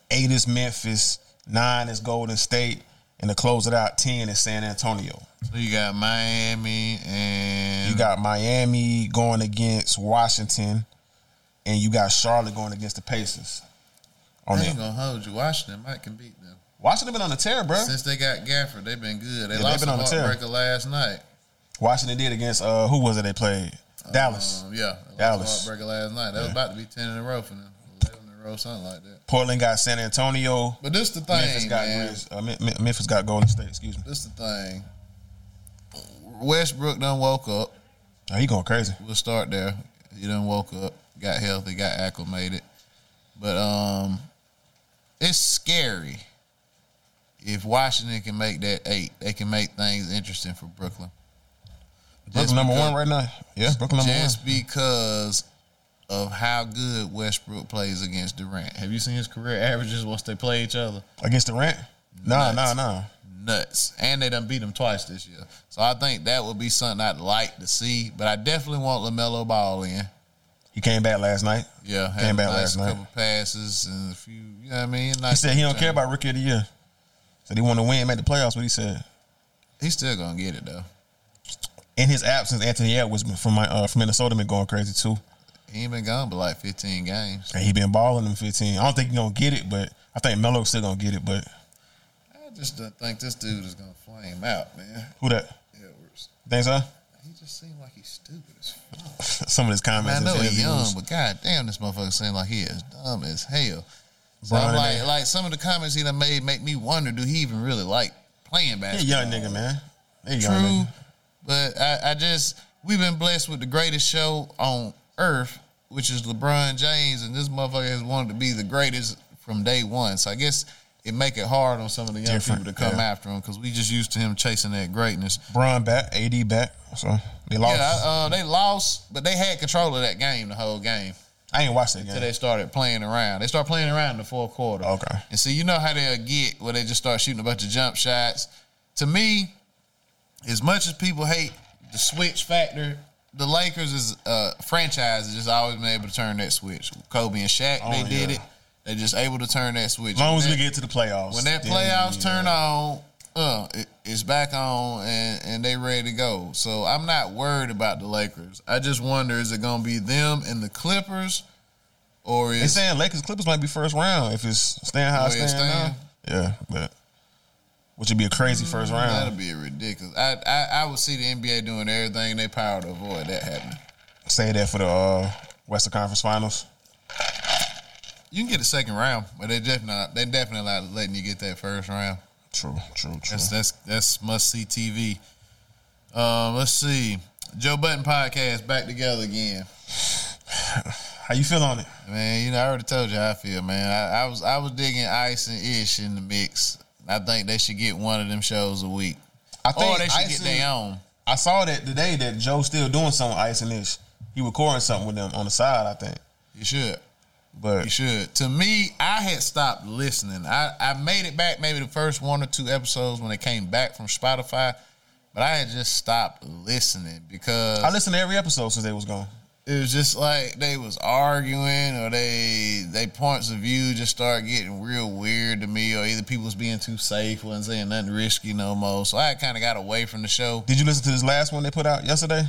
A: Eight is Memphis. Nine is Golden State. And to close it out, ten is San Antonio.
D: So you got Miami and
A: You got Miami going against Washington, and you got Charlotte going against the Pacers. On
D: I ain't
A: the,
D: gonna hold you. Washington might can beat them.
A: Washington been on the tear, bro.
D: Since they got Gafford, they've been good. They
A: Yeah, they
D: lost
A: been
D: the
A: on the tear.
D: heartbreaker last night.
A: Washington did against uh, who was it they played? Dallas.
D: Um, yeah, they
A: Dallas.
D: lost the heartbreaker last night. That was about to be ten in a row for them, eleven in a row, something like that.
A: Portland got San Antonio.
D: But this the
A: Memphis
D: thing,
A: got
D: man.
A: Grizz- uh, Mem- Mem- Memphis got Golden State. Excuse me.
D: This the thing. Westbrook done woke up.
A: Oh, he going crazy.
D: We'll start there. He done woke up, got healthy, got acclimated. But um, it's scary if Washington can make that eight. They can make things interesting for Brooklyn. Just
A: Brooklyn number
D: because-
A: one right now. Yeah, Brooklyn number
D: just
A: one.
D: because of how good Westbrook plays against Durant. Have you seen his career averages once they play each other?
A: Against Durant? Nah, nah,
D: Nuts.
A: nah.
D: Nuts. And they done beat him twice this year. So I think that would be something I'd like to see. But I definitely want LaMelo Ball in.
A: He came back last night.
D: Yeah, had
A: Came
D: a
A: back
D: nice
A: last night.
D: couple passes and a few, you know what I mean?
A: He
D: Nice
A: said he don't
D: touchdowns.
A: care about rookie of the year. Said he want to win, make the playoffs. What he said.
D: He's still going to get it, though.
A: In his absence, Anthony Edwards from my uh, from Minnesota been going crazy too.
D: He ain't been gone but like 15 games.
A: And he been balling in 15. I don't think he gonna get it, but I think Melo still gonna get it. But
D: I just don't think this dude is going to flame out, man.
A: who that?
D: Edwards.
A: Think so?
D: He just seems like he's stupid as fuck.
A: Some of his
D: I
A: comments.
D: know
A: and
D: he's young,
A: interviews.
D: but goddamn, this motherfucker seem like he is dumb as hell. So
A: Brian
D: I'm like,
A: and-
D: like some of the comments he done made make me wonder, do he even really like playing
A: He a
D: basketball?
A: young nigga, man. He a young
D: True,
A: nigga.
D: but I, I just we've been blessed with the greatest show on earth, which is LeBron James, and this motherfucker has wanted to be the greatest from day one. So I guess it make it hard on some of the young
A: Different,
D: people to come
A: yeah.
D: after him because we just used to him chasing that greatness.
A: Bron back, AD back. So they lost.
D: Yeah, I- uh, they lost, but they had control of that game the whole game.
A: I, ain't watched that
D: till
A: game.
D: they started playing around. They start playing around in the fourth quarter.
A: Okay.
D: And see, you know how they'll get where they just start shooting a bunch of jump shots. To me, as much as people hate the switch factor, the Lakers is a franchise that's just always been able to turn that switch. Kobe and Shaq,
A: Oh,
D: they did
A: yeah.
D: it. They just able to turn that switch.
A: As long as
D: When
A: we
D: that-
A: get to the playoffs.
D: when that
A: then,
D: playoffs
A: yeah.
D: turn on, uh, it, it's back on and, and they ready to go. So I'm not worried about the Lakers. I just wonder is it gonna be them and the Clippers, or
A: They
D: is
A: saying Lakers Clippers might be first round if it's staying how it's
D: Oh, yeah,
A: staying now. Yeah, but which would be a crazy first
D: that'll
A: round.
D: Mm, be ridiculous? I, I I would see the NBA doing everything in their power to avoid that happening.
A: Say that for the uh, Western Conference Finals.
D: You can get a second round, but they definitely not, they definitely not letting you get that first round.
A: True, true, true.
D: That's that's that's must see TV. Um, let's see. Joe Button podcast back together again.
A: How you feel on it?
D: Man, you know, I already told you how I feel, man. I, I was I was digging Ice and Ish in the mix. I think they should get one of them shows a week,
A: I
D: or Oh, they should
A: Ison-
D: get their own.
A: I saw that today that Joe still doing something with Ice and Ish. He recording something with them on the side, I think.
D: You should,
A: But
D: you should. To me, I had stopped listening. I I made it back maybe the first one or two episodes when it came back from Spotify, but I had just stopped listening because
A: I listened to every episode since they was gone.
D: it was just like they was arguing or they they points of view just start getting real weird to me or either people was being too safe wasn't saying nothing risky no more so i kind of got away from the show
A: Did you listen to this last one they put out yesterday?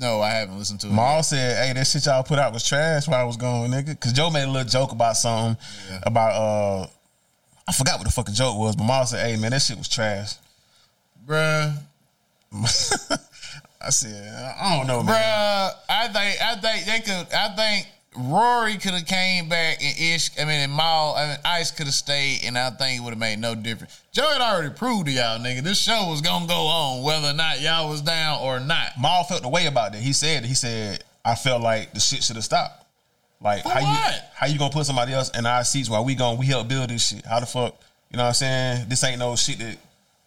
D: no i haven't listened to it
A: Maul said, "Hey, that shit y'all put out was trash while I was gone, nigga." Because Joe made a little joke about something
D: Yeah.
A: about uh, I forgot what the fucking joke was, but Maul said, "Hey, man, that shit was trash."
D: bruh
A: I said, "I don't know, man."
D: bruh i think i think they could i think rory could have came back and ish i mean and Maul, I mean, ice could have stayed and i think it would have made no difference joe had already proved to y'all nigga this show was gonna go on whether or not y'all was down or not
A: Maul felt the way about that. He said, "He said I felt like the shit should have stopped. Like
D: For
A: how you
D: what?
A: how you gonna put somebody else in our seats while we gone? We help build this shit. How the fuck? You know what I'm saying? This ain't no shit that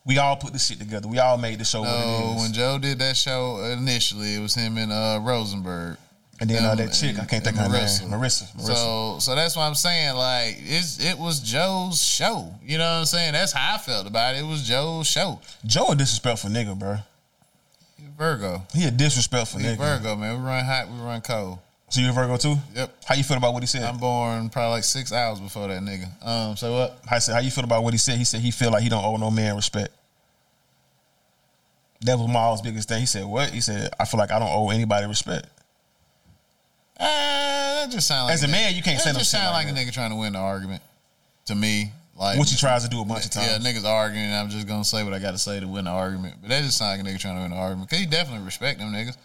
A: we all put this shit together. We all made the show
D: Oh,
A: what it is.
D: when Joe did that show initially, it was him and uh, Rosenberg.
A: And then uh,
D: Um,
A: that chick, I can't think of her
D: and
A: name, Marissa. Marissa.
D: So, so that's what I'm saying. Like, it's, it was Joe's show. You know what I'm saying? That's how I felt about it. It was Joe's show.
A: Joe a disrespectful nigga, bro.
D: He's Virgo.
A: He a disrespectful
D: He's
A: nigga.
D: Virgo, man. We run hot, we run cold.
A: So you a Virgo too?
D: Yep.
A: How you feel about what he said?
D: I'm born probably like six hours before that nigga. Um, so what?
A: I said, how you feel about what he said? He said he feel like he don't owe no man respect. That was Miles' biggest thing. He said, what? He said, I feel like I don't owe anybody respect.
D: Uh, that just sound like
A: As a man, you can't
D: that
A: say no
D: just
A: shit
D: sound
A: like
D: like, a nigga trying to win the argument. To me, like
A: Which he tries to do a bunch of times.
D: Yeah, niggas arguing. and I'm just gonna say what I got to say to win the argument. But that just sound like a nigga trying to win the argument. Cause he definitely respect them niggas.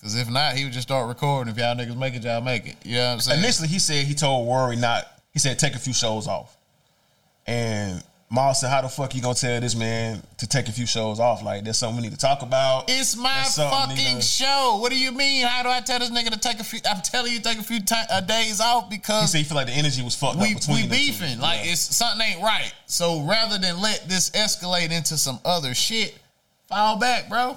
D: Cause if not, he would just start recording. If y'all niggas make it, y'all make it. You know what I'm saying?
A: Initially, he said he told Worry not. He said take a few shows off. And Miles said, how the fuck you gonna tell this man to take a few shows off? Like that's something we need to talk about.
D: It's my
A: That's something,
D: fucking
A: nigga.
D: show. What do you mean? How do I tell this nigga to take a few? I'm telling you, take a few ti uh, days off
A: He
D: because
A: said he feel like the energy was fucked
D: we
A: up between
D: we
A: the two.
D: beefing. Like
A: Yeah.
D: it's something ain't right. So rather than let this escalate into some other shit, fall back, bro.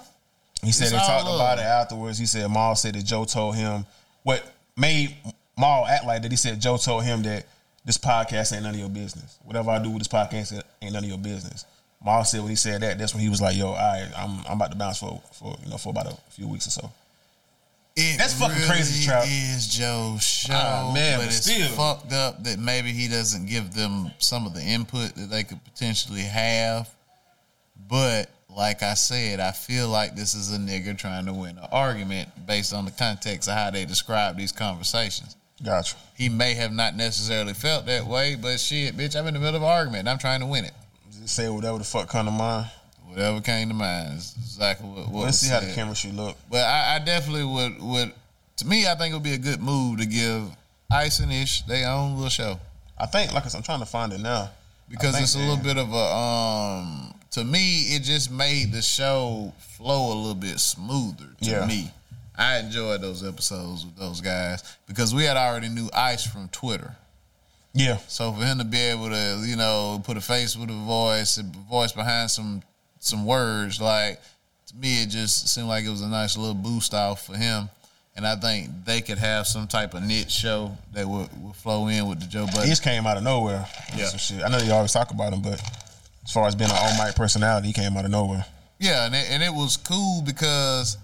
A: He said
D: It's
A: they
D: all
A: talked
D: love.
A: about it afterwards. He said Maul said that Joe told him what made Maul act like that. He said Joe told him that this podcast ain't none of your business. Whatever I do with this podcast ain't none of your business. Maul said when he said that, that's when he was like, "Yo, I I'm I'm about to bounce for for you know for about a few weeks or so."
D: It
A: That's fucking crazy, Trout.
D: Is Joe's show,
A: Ah, man,
D: but
A: but
D: it's
A: still.
D: fucked up that maybe he doesn't give them some of the input that they could potentially have. But like I said, I feel like this is a nigga trying to win an argument based on the context of how they describe these conversations.
A: Gotcha.
D: He may have not necessarily felt that way, but shit, bitch, I'm in the middle of an argument. And I'm trying to win it.
A: Just say whatever the fuck come to mind.
D: Whatever came to mind is exactly what. what
A: Let's
D: was
A: see how the
D: said.
A: chemistry look.
D: But I, I definitely would would to me I think it would be a good move to give Ice and Ish their own little show.
A: I think like I said, I'm trying to find it now
D: Because
A: I think
D: it's a
A: they-
D: little bit of a um to me it just made the show flow a little bit smoother to
A: Yeah.
D: me. I enjoyed those episodes with those guys because we had already knew Ice from Twitter.
A: Yeah,
D: So for him to be able to, you know, put a face with a voice, a voice behind some some words, like to me, it just seemed like it was a nice little boost off for him. And I think they could have some type of niche show that would, would flow in with the Joe Budden.
A: Ish came out of nowhere.
D: Yeah.
A: Some shit. I know you always talk about him, but as far as being an all might personality, he came out of nowhere.
D: Yeah, and it, and it was cool because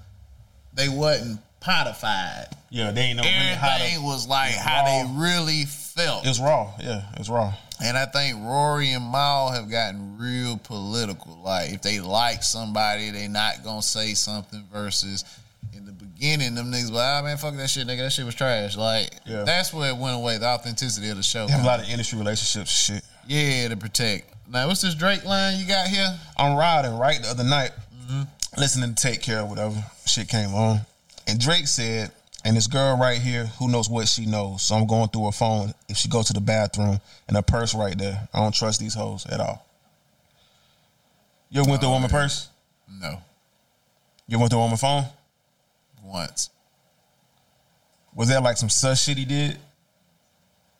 D: they wasn't potified.
A: Yeah, they ain't know really how to.
D: Everything was like
A: Yeah,
D: how they
A: raw.
D: really felt.
A: It was raw. Yeah, it was raw.
D: And I think Rory and Maul have gotten real political. Like if they like somebody, they not gonna say something versus in the beginning, them niggas like, ah man, fuck that shit, nigga. That shit was trash. Like
A: Yeah.
D: that's where it went away, the authenticity of the show.
A: They have a lot of industry relationships shit.
D: Yeah, to protect. Now what's this Drake line you got here? Mm-hmm.
A: I'm riding right the other night, listening to Take Care of Whatever. Shit came on. And Drake said, and this girl right here, who knows what she knows. So I'm going through her phone. If she go to the bathroom and her purse right there, I don't trust these hoes at all. You ever went through a woman purse?
D: Oh, No.
A: You ever went through a woman phone?
D: Once.
A: Was that like some sus shit he did?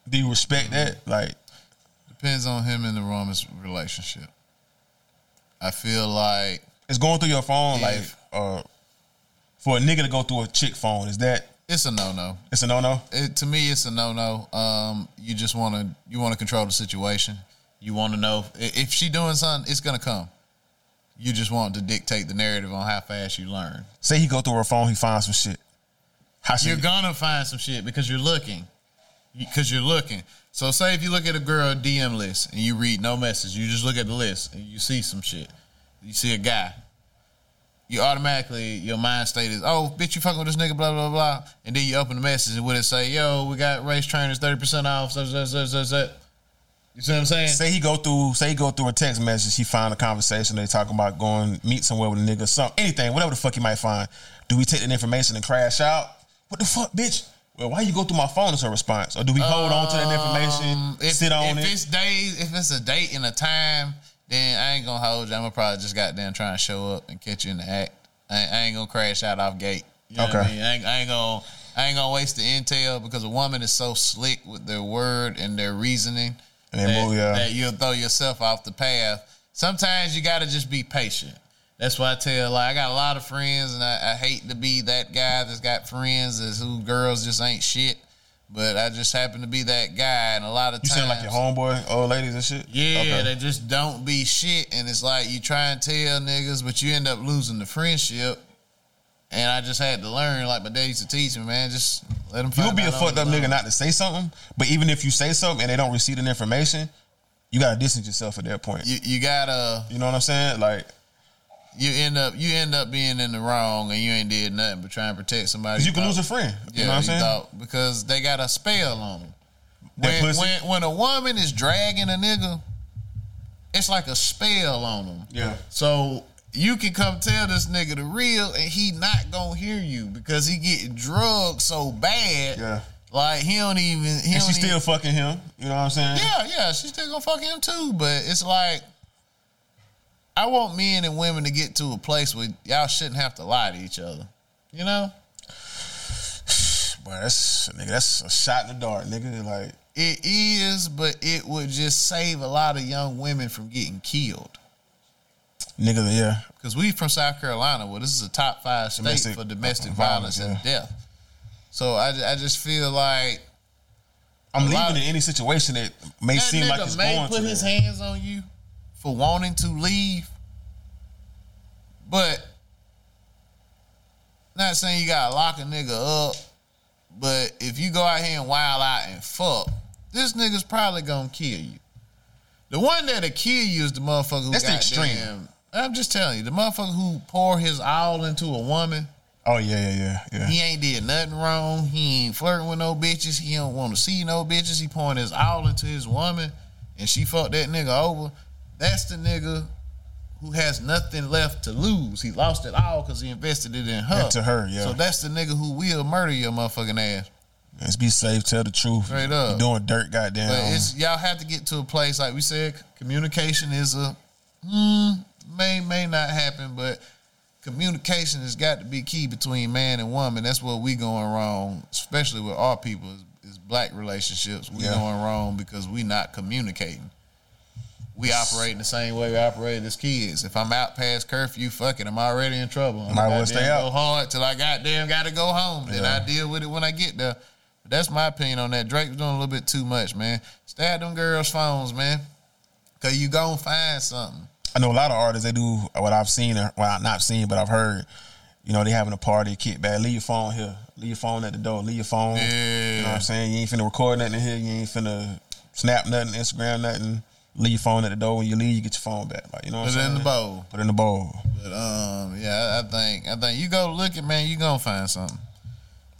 A: Do you respect that? Like,
D: Depends on him and the Roman's relationship. I feel like
A: it's going through your phone,
D: Yeah.
A: like, uh, for a nigga to go through a chick phone, is that
D: it's a no no.
A: It's a no no.
D: it, to me, it's a no no. Um, you just want to you want to control the situation. You want to know if, if she doing something, it's gonna come. You just want to dictate the narrative on how fast you learn.
A: Say he go through her phone, he finds some shit. How she?
D: You're gonna find some shit because you're looking, because you're looking. So say if you look at a girl DM list and you read no message, you just look at the list and you see some shit. You see a guy. You automatically your mind state is oh bitch you fucking with this nigga blah blah blah and then you open the message and what it say yo we got race trainers thirty percent off zup, zup, zup, zup, zup. you see what I'm saying
A: say he go through. Say he go through a text message. He find a conversation. They talking about going meet somewhere with a nigga. Some anything, whatever the fuck he might find. Do we take that information and crash out? What the fuck, bitch? Well, why you go through my phone? Is her response, or do we hold on to that
D: Um,
A: information,
D: if,
A: sit on
D: if
A: it?
D: it's days, if it's a date and a time, then I ain't gonna hold you. I'm gonna probably just goddamn try and show up and catch you in the act. I, I ain't gonna crash out off gate. You know what I,
A: Okay.
D: mean? I, ain't, I ain't gonna I ain't gonna waste the intel because a woman is so slick with their word and their reasoning
A: And they
D: that,
A: move, yeah.
D: that you'll throw yourself off the path. Sometimes you gotta just be patient. That's why I tell like I got a lot of friends and I, I hate to be that guy that's got friends that's who girls just ain't shit. But I just happen to be that guy, and a lot of
A: You
D: times,
A: sound like your homeboy, old ladies and shit.
D: yeah,
A: Okay.
D: they just don't be shit, and it's like you try and tell niggas, but you end up losing the friendship. And I just had to learn, like my dad used to teach me, man, just let them.
A: You'll be a fucked up nigga not to say something, but even if you say something and they don't receive the information, you gotta distance yourself at that point.
D: You, you gotta
A: You know what I'm saying? Like
D: you end up you end up being in the wrong and you ain't did nothing but trying to protect somebody.
A: 'cause you can lose a
D: thought-
A: friend.
D: Yeah,
A: you know what I'm saying?
D: thought- because they got a spell on them.
A: That
D: When,
A: pussy.
D: when when a woman is dragging a nigga, it's like a spell on them.
A: Yeah.
D: So you can come tell this nigga the real, and he not gonna hear you because he getting drugged so bad.
A: Yeah.
D: Like he don't even. He
A: and
D: don't
A: she still
D: even-
A: fucking him. You know what I'm saying?
D: yeah, yeah, she's still gonna fuck him too. But it's like, I want men and women to get to a place where y'all shouldn't have to lie to each other. You know,
A: Boy, that's nigga, that's a shot in the dark, nigga. Like
D: it is, but it would just save a lot of young women from getting killed.
A: nigga, yeah.
D: Because we from South Carolina, well, this is a top five state
A: Domestic
D: for domestic
A: violence,
D: violence, and death. So I, ju- I just feel like
A: I'm
D: lot
A: leaving in
D: of-
A: any situation that may
D: that
A: seem
D: nigga
A: like it's
D: may
A: going
D: put
A: to
D: his
A: there.
D: hands on you for wanting to leave, but not saying you gotta lock a nigga up. But if you go out here and wild out and fuck, this nigga's probably gonna kill you. The one that'll kill you is the motherfucker who
A: That's the
D: goddamn-
A: extreme.
D: I'm just telling you, the motherfucker who pour his all into a woman.
A: Oh yeah, yeah, yeah, yeah.
D: He ain't did nothing wrong. He ain't flirting with no bitches. He don't want to see no bitches. He pouring his all into his woman, and she fucked that nigga over. That's the nigga who has nothing left to lose. He lost it all because he invested it in her.
A: Into her, yeah.
D: So that's the nigga who will murder your motherfucking ass.
A: Let's be safe. Tell the truth.
D: Straight up.
A: You doing dirt, goddamn.
D: But it's y'all have to get to a place like we said. Communication is a mm, may may not happen, but communication has got to be key between man and woman. That's where we going wrong, especially with our people is, is black relationships. We
A: Yeah.
D: going wrong because we not communicating. We operate in the same way we operated as kids. If I'm out past curfew, fuck it, I'm already in trouble. I'm
A: Might
D: gonna
A: well stay
D: goddamn
A: out.
D: Go hard till I goddamn got to go home. Then
A: Yeah.
D: I deal with it when I get there. But that's my opinion on that. Drake was doing a little bit too much, man. Stay at them girls' phones, man, cause you gonna find something.
A: I know a lot of artists. They do what I've seen, or well, I've not seen, but I've heard. You know, they having a party, kick back. Leave your phone here. Leave your phone at the door. Leave your phone. You know what
D: Yeah.
A: I'm saying? You ain't finna record nothing here. You ain't finna snap nothing, Instagram nothing. Leave your phone at the door. When you leave, you get your phone back. Like you know what
D: Put it
A: I'm
D: in the
A: saying?
D: bowl.
A: Put it in the bowl.
D: But um, yeah, I, I think I think you go look it, man. You gonna find something,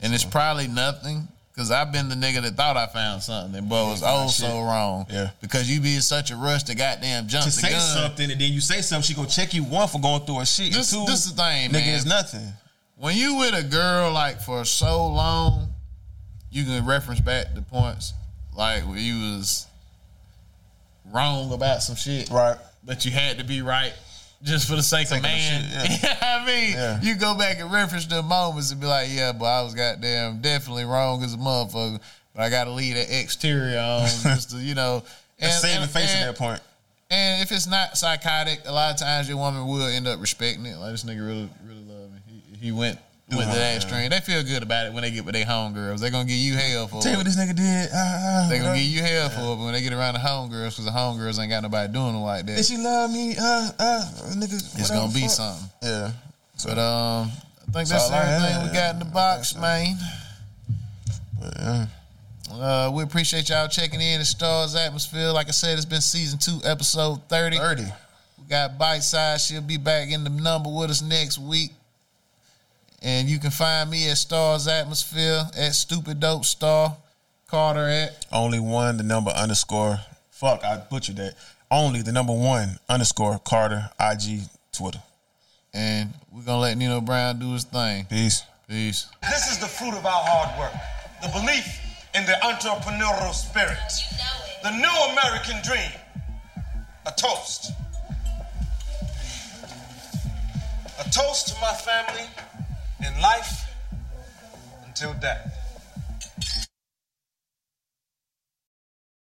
D: and it's probably nothing. Cause I've been the nigga that thought I found something, but was oh
A: shit.
D: so wrong.
A: Yeah.
D: Because you be in such a rush to goddamn jump
A: To
D: the
A: say
D: gun.
A: something and then you say something, she gonna check you one for going through her shit. and
D: This-
A: two,
D: this the thing,
A: nigga,
D: man.
A: it's nothing.
D: when you with a girl like for so long, you can reference back the points like where you was wrong about some shit,
A: Right.
D: But you had to be right just for the sake
A: Sake of
D: of
A: the
D: man.
A: shit, yeah.
D: You know what I mean,
A: Yeah.
D: you go back and reference the moments and be like, yeah, but I was goddamn definitely wrong as a motherfucker. But I got to leave that exterior on just to you know.
A: And,
D: and-
A: saving
D: and-
A: face
D: and-
A: at that point.
D: and if it's not psychotic, a lot of times your woman will end up respecting it. Like this nigga really, really love me. He, he went went to that
A: Yeah.
D: extreme. They feel good about it when they get with their homegirls. They gonna give you hell for
A: Tell you what
D: it.
A: this nigga did. Ah, ah,
D: They gonna
A: ah.
D: give you hell for it. But when they get around the homegirls, because the homegirls ain't got nobody doing them like
A: Did
D: that,
A: she love me? Uh, uh, nigga.
D: it's
A: whatever
D: gonna
A: the
D: be
A: fuck.
D: something.
A: Yeah.
D: But um, I think that's
A: all I had,
D: everything we got in the
A: yeah.
D: box, man.
A: But, yeah.
D: Uh, we appreciate y'all checking in at Stars Atmosphere. Like I said, it's been season two, episode thirty.
A: 30.
D: We got Bite Size. She'll be back in the number with us next week. And you can find me at Stars Atmosphere, at Stupid Dope Star, Carter at.
A: Only one, the number underscore. Fuck, I butchered that. Only the number one underscore Carter, IG, Twitter.
D: And we're going to let Nino Brown do his thing.
A: Peace.
D: Peace.
E: This is the fruit of our hard work, the belief in the entrepreneurial spirit, the new American dream. A toast. A toast to my family in life until death.